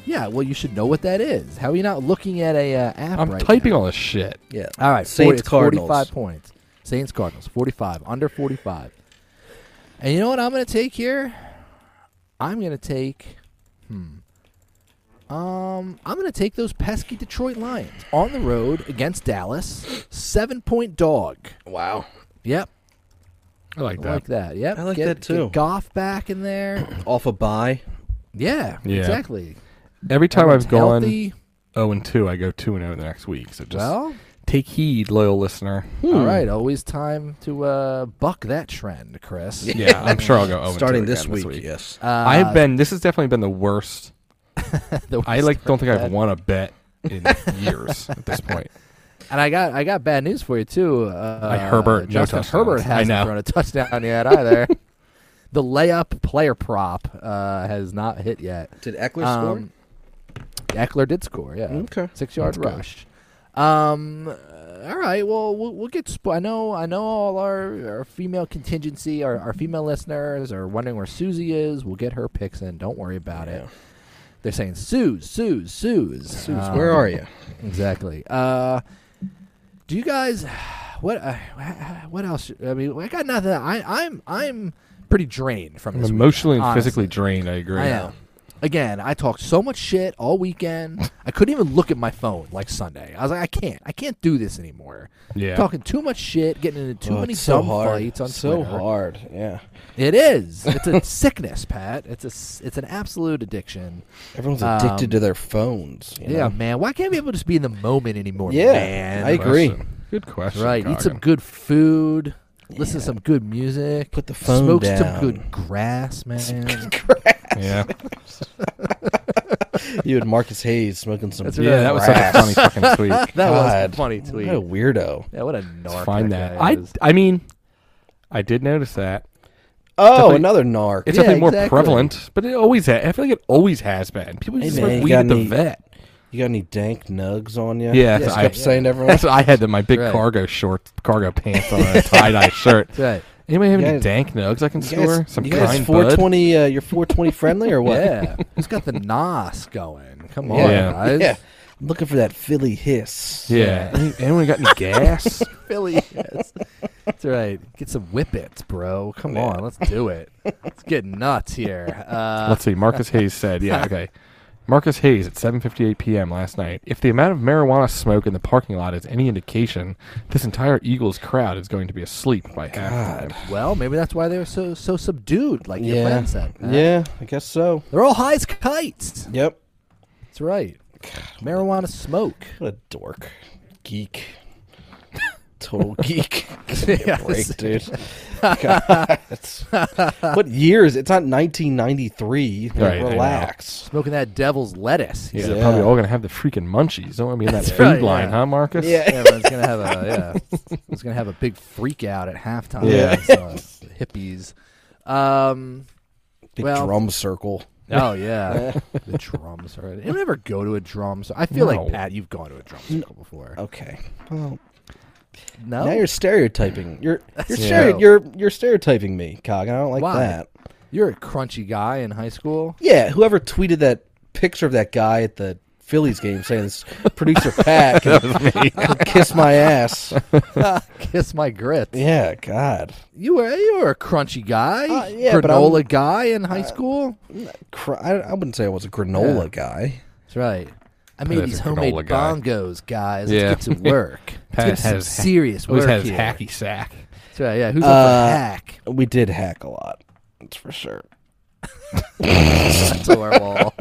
C: Yeah, well, you should know what that is. How are you not looking at a uh, app
D: I'm
C: right
D: typing
C: now?
D: all this shit.
E: Yeah.
C: All right,
E: Saints
C: 40, it's 45
E: Cardinals.
C: points. Saints Cardinals, 45, under 45. And you know what I'm going to take here? I'm going to take hmm. Um, I'm going to take those pesky Detroit Lions on the road against Dallas, 7-point dog.
E: Wow.
C: Yep.
D: I like
C: I
D: that.
C: like that. Yep.
E: I like
C: get,
E: that, too.
C: Get Goff back in there.
E: Off a bye.
C: Yeah,
D: Yeah.
C: exactly.
D: Every time
C: Everyone's
D: I've gone
C: healthy.
D: zero and two, I go two and zero the next week. So just
C: Well,
D: take heed, loyal listener. Hmm.
C: all right, always time to uh buck that trend, Chris. Uh,
D: Yeah, I'm sure I'll go 0
E: Starting
D: and 2
E: this
D: again
E: week,
D: this week.
E: Yes.
D: I have been. This has definitely been the worst.
C: The
D: I like. Don't think I've won a bet in years at this point.
C: And I got I got bad news for you too. Uh,
D: Like Herbert, no
C: Justin
D: touchdowns.
C: Herbert
D: I
C: hasn't
D: know.
C: thrown a touchdown yet either. the layup player prop uh, has not hit yet.
E: Did Eckler
C: Um, Eckler did score, yeah.
E: Okay.
C: six yard
D: That's good.
C: rush. Um, uh, all right. Well, we'll, we'll get. Spo- I know. I know all our, our female contingency, our, our female listeners are wondering where Susie is. We'll get her picks in. Don't worry about it. They're saying Suze, Suze, Suze.
E: score? Suze, where are you?
C: Exactly. Uh, do you guys? What? Uh, what else? I mean, I got nothing. I, I'm I'm pretty drained from
D: I'm
C: this.
D: emotionally and
C: weekend,
D: physically
C: honestly.
D: drained. I agree.
C: I am. Again, I talked so much shit all weekend. I couldn't even look at my phone like Sunday. I was like, I can't, I can't do this anymore.
D: Yeah.
C: talking too much shit, getting into too
F: Oh,
C: many
F: it's so
C: dumb
F: hard.
C: fights on
F: so
C: Twitter.
F: hard. Yeah.
C: It is. It's a sickness, Pat. It's a, s- it's an absolute addiction.
F: Everyone's addicted to their phones. you
C: Yeah,
F: know?
C: man. Why can't people just be in the moment anymore?
F: Yeah,
C: man?
F: I agree.
D: Question. Good question.
C: Right. Eat some
D: Coggin.
C: good food. Listen to some good music.
F: Put the phone
C: Smoke some
F: down.
C: good grass, man.
D: Yeah.
F: You and Marcus Hayes smoking some.
C: That's
F: weed.
C: right.
D: Yeah, that was such a funny fucking tweet.
C: that was a
F: God.
C: funny tweet.
F: What a weirdo.
C: Yeah, what a narc.
D: Find
C: that.
D: that.
C: guy
D: I
C: is.
D: I mean, I did notice that.
E: Oh, another narc.
D: It's
C: Yeah,
D: definitely more
C: exactly.
D: prevalent, but it always ha I feel like it always has been. People
E: Hey,
D: just
E: man,
D: smoke
E: you
D: weed
E: got
D: at the
E: any-
D: vet.
E: you got any dank nugs on you?
D: Yeah,
E: just
D: I-
E: kept saying to everyone.
D: That's what I had in my big
C: Right.
D: cargo shorts, cargo pants on, a tie dye shirt.
C: Right.
D: Anybody have
E: You
D: any
E: guys-
D: dank nugs I can
E: You guys,
D: score? Some
E: you guys
D: kind bud.
E: 420. Uh, you're 420 friendly or what?
C: Yeah. Who's got the nos going? Come on,
D: Yeah.
C: guys.
E: yeah. Looking for that Philly hiss.
D: Yeah. Any- Anyone got any gas?
C: Philly. Yes. That's right. Get some whippets, bro. Come on, let's do it. It's getting nuts here. Uh,
D: Let's see. Marcus Hayes said, "Yeah, okay." Marcus Hayes at 7:58 p.m. last night. If the amount of marijuana smoke in the parking lot is any indication, this entire Eagles crowd is going to be asleep by halftime.
C: well, maybe that's why they were so so subdued, like your
E: Yeah.
C: friend said. huh?
E: Yeah, I guess so.
C: They're all high as kites.
E: Yep.
C: That's right. Marijuana smoke.
E: What a dork. Geek. Total geek. Give me a
C: Yeah,
E: break,
C: this-
E: dude. God. what years? It's not 1993. Like,
D: Right, I know.
E: relax.
C: Smoking that devil's lettuce.
D: Yeah,
C: Yeah.
D: they're probably all going to have the freaking munchies. Don't want to be in that food
C: right,
D: line,
C: yeah.
D: huh, Marcus?
E: Yeah.
C: Everyone's gonna have a yeah. It's gonna have a big freak out at halftime.
D: Yeah.
C: It's, uh, hippies. Um,
E: Big
C: Well-
E: drum circle.
C: Oh yeah, the drums are. Anyone ever go to a drum? circle? I feel
D: No.
C: like Pat, you've gone to a drum circle before.
E: Okay. Well, oh.
C: No,
E: now you're stereotyping. You're you're,
C: Yeah.
E: stere- you're you're stereotyping me, Cog, and I don't like
C: Why?
E: that.
C: You're a crunchy guy in high school.
E: Yeah, whoever tweeted that picture of that guy at the Phillies game saying this producer Pat can, can kiss my ass.
C: Kiss my grits.
E: Yeah, God.
C: You were you were a crunchy guy,
E: Uh, yeah, but Uh,
C: granola guy in high school.
E: Cr- I, I wouldn't say I was a granola
C: Yeah.
E: guy.
C: That's right. I made
D: as
C: these
D: a
C: homemade
D: granola guy.
C: bongos, guys.
D: Yeah.
C: Let's get to work.
D: Pat
C: Let's get some
D: has ha-
C: serious
D: Always
C: work
D: has
C: here.
D: hacky sack.
C: That's right. Yeah, who's up
E: Uh,
C: for hack?
E: We did hack a lot. That's for sure.
C: That's horrible.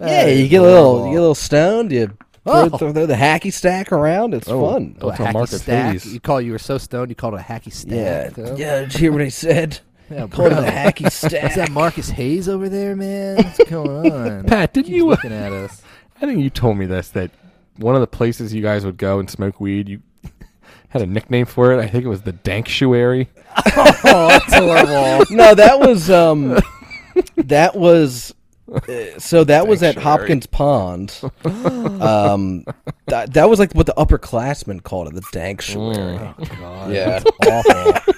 E: yeah, you get a little, you get a little stoned. You
C: Oh.
E: throw, throw, throw the hacky stack around. It's fun.
C: Oh, a
D: Don't tell
C: hacky
D: Marcus
C: stack.
D: Hayes.
C: You call you were so stoned you called it a hacky
E: Yeah,
C: stack.
E: yeah.
C: huh?
E: Did you hear what I said?
C: Yeah,
E: Call it a
C: bro.
E: hacky
C: Is that
E: stack.
C: Marcus Hayes over there, man? What's going on?
D: Pat, did
C: Keeps
D: you-
C: looking at us?
D: I think you told me this that one of the places you guys would go and smoke weed, you had a nickname for it. I think it was the Danktuary.
C: Oh, that's horrible.
E: no, that was um, that was. uh, So that was at Hopkins Pond. Um, that, that was like what the upperclassmen called it, the sanctuary.
C: God,
E: yeah,
C: awful.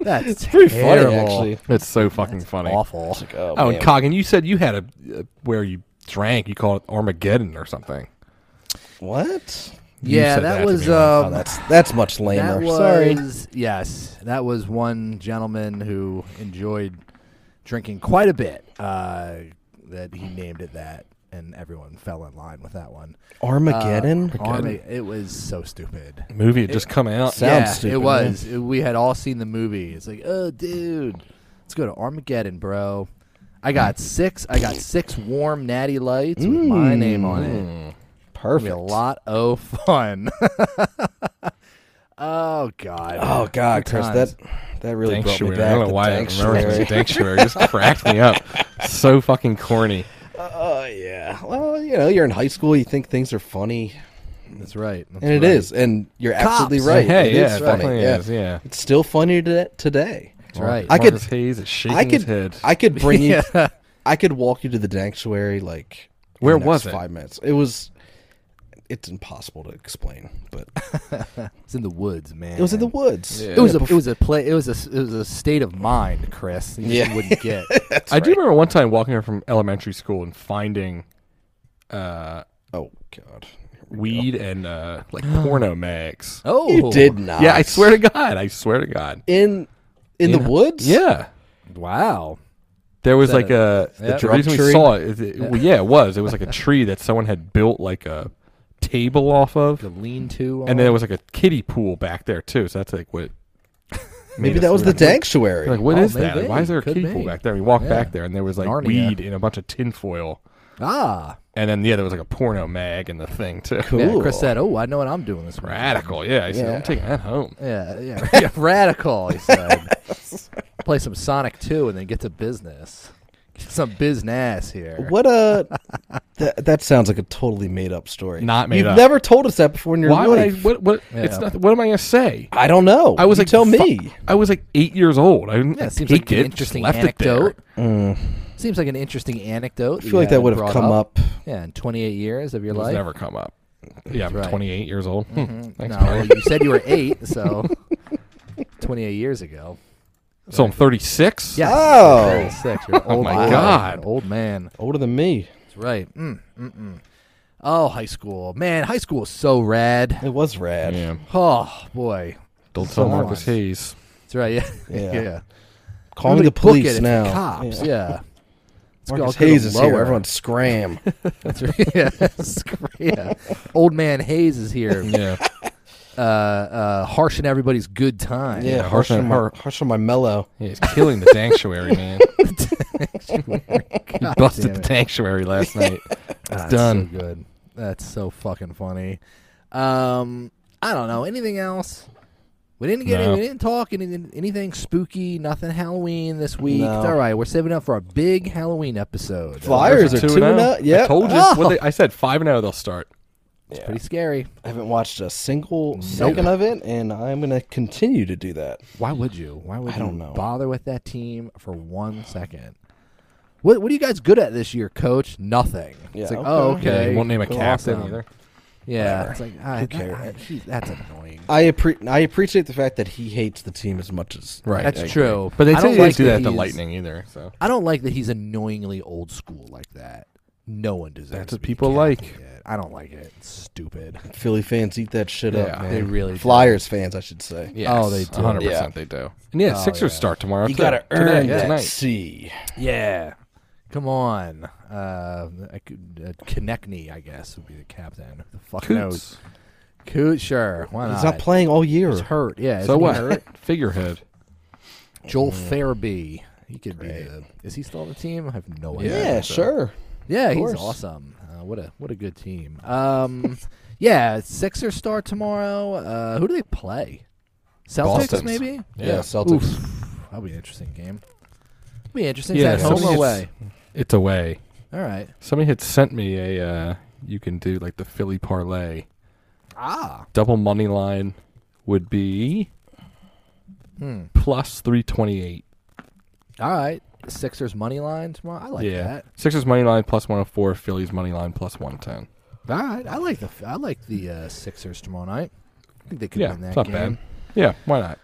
C: That's it's
E: pretty funny
C: terrible.
E: actually.
D: It's so fucking funny.
C: Awful.
E: Oh,
D: Oh, and
E: man.
D: Coggin, you said you had a uh, where you drank. You called it Armageddon or something.
E: what?
D: You
C: Yeah,
D: said that
C: that
D: to
C: was
D: me once. Oh,
E: Oh,
C: um,
E: that's that's much
C: that
E: lamer.
C: was uh,
E: Sorry.
C: yes, that was one gentleman who enjoyed drinking quite a bit. Uh, that he named it that, and everyone fell in line with that one.
E: Armageddon?
C: Army, it was so stupid.
D: Movie had just come out.
E: Sounds
C: yeah,
E: stupid,
C: it was. It- we had all seen the movie. It's like, oh, dude, let's go to Armageddon, bro. I got six. I got six warm natty lights with my name on it. It'll be
E: Mm. Perfect.
C: a lot of fun. oh God.
E: Oh God,
C: Good
E: Chris,
C: times.
E: that that really brought me
D: Danktuary.
E: back.
D: I don't know
E: the
D: why I remember it was
E: Danktuary.
D: Danktuary. It just cracked me up. So fucking corny.
E: Oh yeah. Well, you know, you're in high school. You think things are funny,
C: that's right. That's
E: and it
C: right.
E: is, and you're absolutely
C: Cops.
E: right.
D: Hey,
E: It
D: yeah,
E: is
D: it
E: funny.
D: definitely
E: yeah.
D: is, yeah.
E: it's still funny to- today.
C: That's right.
E: I could-
D: Marcus Hayes is shaking
E: I could,
D: his head.
E: I could bring you.
C: Yeah.
E: I could walk you to the Danktuary. Like, in
D: Where
E: the next
D: was it?
E: Five minutes. It was. It's impossible to explain, but
C: It's in the woods, man.
E: it was in the woods.
C: It was a. It was a play. It was a. s- It was a state of mind, Chris. that You just
E: Yeah.
C: wouldn't get.
D: I do remember one time walking her from elementary school and finding uh,
E: Oh God.
D: weed and uh, like porno mags.
C: Oh,
E: You did not.
D: Yeah, I swear to God. I swear to God.
E: In in the woods.
D: Yeah.
C: Wow.
D: There was like a, the
C: drug
D: reason we
C: tree?
D: saw it. is it- well, yeah, it was. It was like a tree that someone had built like a table off of,
C: The lean-to.
D: and then there was like a kiddie pool back there too. So that's like what.
E: Maybe that was the Danktuary.
D: Like what
C: Oh,
D: is that? Like,
C: maybe.
D: why is there a
C: Could
D: kiddie
C: be.
D: pool back there? We walked
C: Yeah.
D: back there, and there was like
C: Narnia.
D: weed in a bunch of tinfoil,
C: ah.
D: and then yeah, there was like a porno mag in the thing too.
C: Yeah, Chris said, "Oh, I know what I'm doing this week."
D: Radical, yeah. I said, I'm taking that home.
C: Yeah, yeah, yeah, radical. He said, "Play some Sonic 2 and then get to business." Some business here.
F: What a that, that sounds like a totally made up story.
D: Not made
F: You've
D: up.
F: never told us that before in your
D: Why would I?
F: life.
D: What? What? It's not, what am I gonna say?
F: I don't know.
D: I was
F: You
D: like,
F: tell
D: fu-
F: me.
D: I was like eight years old. I didn't
C: Yeah, it seems
D: take
C: like an
D: it.
C: interesting
D: just left
C: anecdote.
D: It there.
C: Seems like an interesting anecdote.
F: Mm. I feel like that would have come up.
C: Yeah, in 28 years of your
D: It's
C: life.
D: never come up. Yeah, I'm
C: right.
D: 28 years old. Hmm. Thanks,
C: no,
D: Brian.
C: well, you said you were eight, so 28 years ago.
D: So I'm 36.
C: Yeah.
F: Oh.
C: six. You're an old
D: my
C: man.
D: God.
C: An old man.
F: Older than me.
C: That's right. Mm, mm-mm. Oh, high school, man. High school is so rad.
F: It was rad.
D: Yeah.
C: Oh boy,
D: Don't tell
C: So
D: Marcus
C: nice.
D: Hayes.
C: That's right. Yeah.
F: Yeah.
C: yeah.
F: Call me
C: Really
F: the
C: book it
F: police
C: if you're
F: now.
C: Cops.
F: Yeah.
C: Yeah.
F: Marcus
C: Let's go- I'll go to
F: Hayes is here.
C: lower.
F: Everyone scram.
C: That's right. Yeah. Screw- yeah. Old man Hayes is here,
D: Yeah.
C: uh, uh, harshing everybodydy's good time.
F: yeah, harsh on my harsh on my mellow.
D: Yeah, he's killing the sanctuary, man. he busted the sanctuary last night. It's
C: That's
D: done.
C: So good. That's so fucking funny. Um, I don't know anything else. We didn't get.
D: No.
C: We didn't talk anything, anything spooky. Nothing Halloween this week.
F: No.
C: It's all right. We're saving up for our big Halloween episode.
F: Flyers are two and
D: oh.
F: up. Yeah,
D: I told you. What they, I said five and oh, they'll start.
C: It's pretty scary.
F: I haven't watched a single second of it, and I'm going to continue to do that.
C: Why would you? Why would
F: I don't
C: you
F: know.
C: bother with that team for one second? What What are you guys good at this year, Coach? Nothing. it's
F: Yeah,
C: like, oh,
F: okay.
C: okay.
D: Yeah, you won't name a
C: Awesome.
D: captain either.
C: Yeah, it's like I,
F: cares?
C: I- geez, that's annoying.
F: I appre- I appreciate the fact that he hates the team as much as
D: Right.
C: That's
D: I agree.
C: true.
D: But they
C: I don't
D: tell you not
C: like
D: to do
C: that
D: that to
C: he's-
D: Lightning either. So
C: I don't like that he's annoyingly old school like that. No one deserves.
D: That's
C: to
D: what
C: be
D: people
C: captain
D: like.
C: yet. I don't like it. It's stupid.
F: Philly fans eat that shit
D: Yeah.
F: up. Man.
C: They really do.
F: Flyers fans, I should say.
D: yes,
C: Oh, they do.
D: 100
F: Yeah.
D: percent they do. And yeah, Sixers start tomorrow.
F: You
D: too.
F: got to
D: Today,
F: earn that
D: tonight.
F: C.
C: Yeah, come on. Uh, I could- uh, Konechny, I guess, would be the captain. The fuck knows?
D: Coots.
C: Coot, sure. Why not?
F: He's not playing all year.
C: He's hurt. Yeah.
D: So
C: isn't he
D: what? Mm.
C: hurt?
D: Figurehead.
C: Joel Fairby. He could be. The, is he still on the team? I have no idea.
F: Yeah, sure.
C: Yeah, he's
F: course.
C: awesome. Uh, what a what a good team. Um, yeah, Sixers start tomorrow. Uh, who do they play? Celtics,
D: Boston's.
C: maybe.
F: Yeah,
D: Yeah.
F: Celtics.
C: That'll be an interesting game. Be interesting.
D: Yeah,
C: Is that home
D: somebody
C: or
D: gets-
C: away?
D: It's away.
C: All right.
D: Somebody had sent me a uh, you can do like the Philly parlay.
C: Ah,
D: Double money line would be
C: Hmm.
D: plus three twenty eight.
C: all right. Sixers money line tomorrow. I like
D: yeah,
C: that.
D: Sixers money line plus one hundred four. Phillies money line plus one ten.
C: All right. I like the I like the uh, Sixers tomorrow night. I think they could
D: Yeah,
C: win that
D: it's not
C: game.
D: bad. Yeah, why not?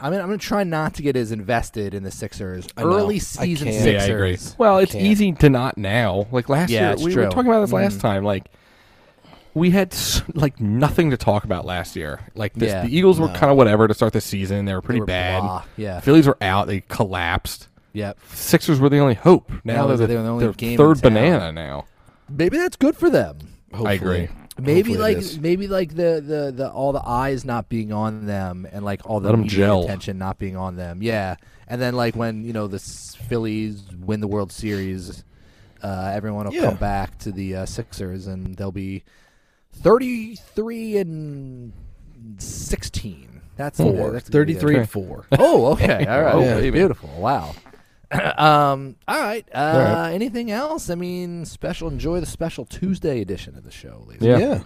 C: I mean, I'm gonna try not to get as invested in the Sixers
F: know.
C: early
F: I
C: season
F: can't.
C: Sixers.
D: Yeah, I agree. Well, it's easy to not now. Like last
C: Yeah,
D: year,
C: it's
D: we were
C: true.
D: talking about this last time. Like we had s- like nothing to talk about last year. Like this,
C: Yeah.
D: the Eagles were kind of whatever to start the season. They were pretty
C: were
D: bad.
C: blah, yeah.
D: Phillies were out. They collapsed.
C: Yep.
D: Sixers were the only hope. Now
C: Now
D: they're,
C: they're
D: the,
C: the only
D: they're
C: game in
D: third
C: town.
D: banana now.
C: Maybe that's good for them.
F: Hopefully.
D: agree.
C: Maybe
F: Hopefully it is.
C: like maybe like the, the the all the eyes not being on them and like all the
D: Let 'em
C: media
D: gel.
C: attention not being on them. Yeah, and then like when you know the S- Phillies win the World Series, uh, everyone will
F: Yeah.
C: come back to the uh, Sixers and they'll be thirty three and sixteen. That's
F: Four.
C: that's gonna be their-
F: 33 and 4.
C: Oh, okay. All right.
D: Oh,
C: Yeah.
D: baby.
C: Beautiful. Wow. um, all right. Uh, Anything else? I mean, special. Enjoy the special Tuesday edition of the show, ladies. and
D: Yeah.
F: Yeah.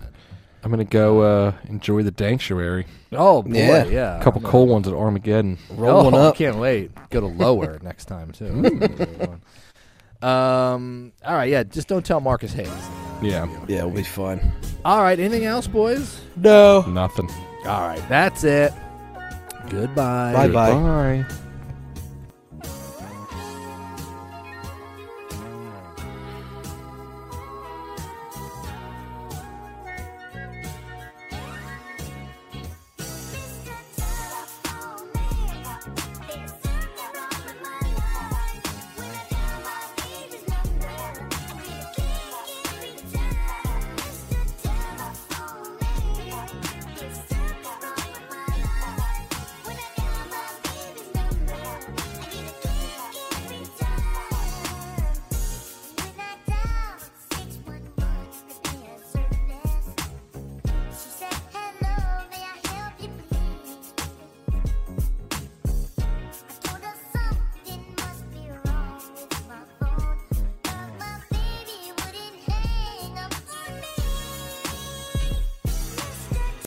D: I'm gonna go uh, enjoy the sanctuary.
C: gentlemen. Oh boy. Yeah.
F: Yeah.
D: A couple cold ones at Armageddon.
F: Roll one
C: oh,
F: up.
C: Can't wait. Go to lower next time too. um. All right. Yeah. Just don't tell Marcus Hayes.
D: Yeah,
F: Yeah, it'll be fun.
C: All right. Anything else, boys?
F: No.
D: nothing.
C: All right. That's it. Goodbye.
F: Bye-bye.
D: Bye.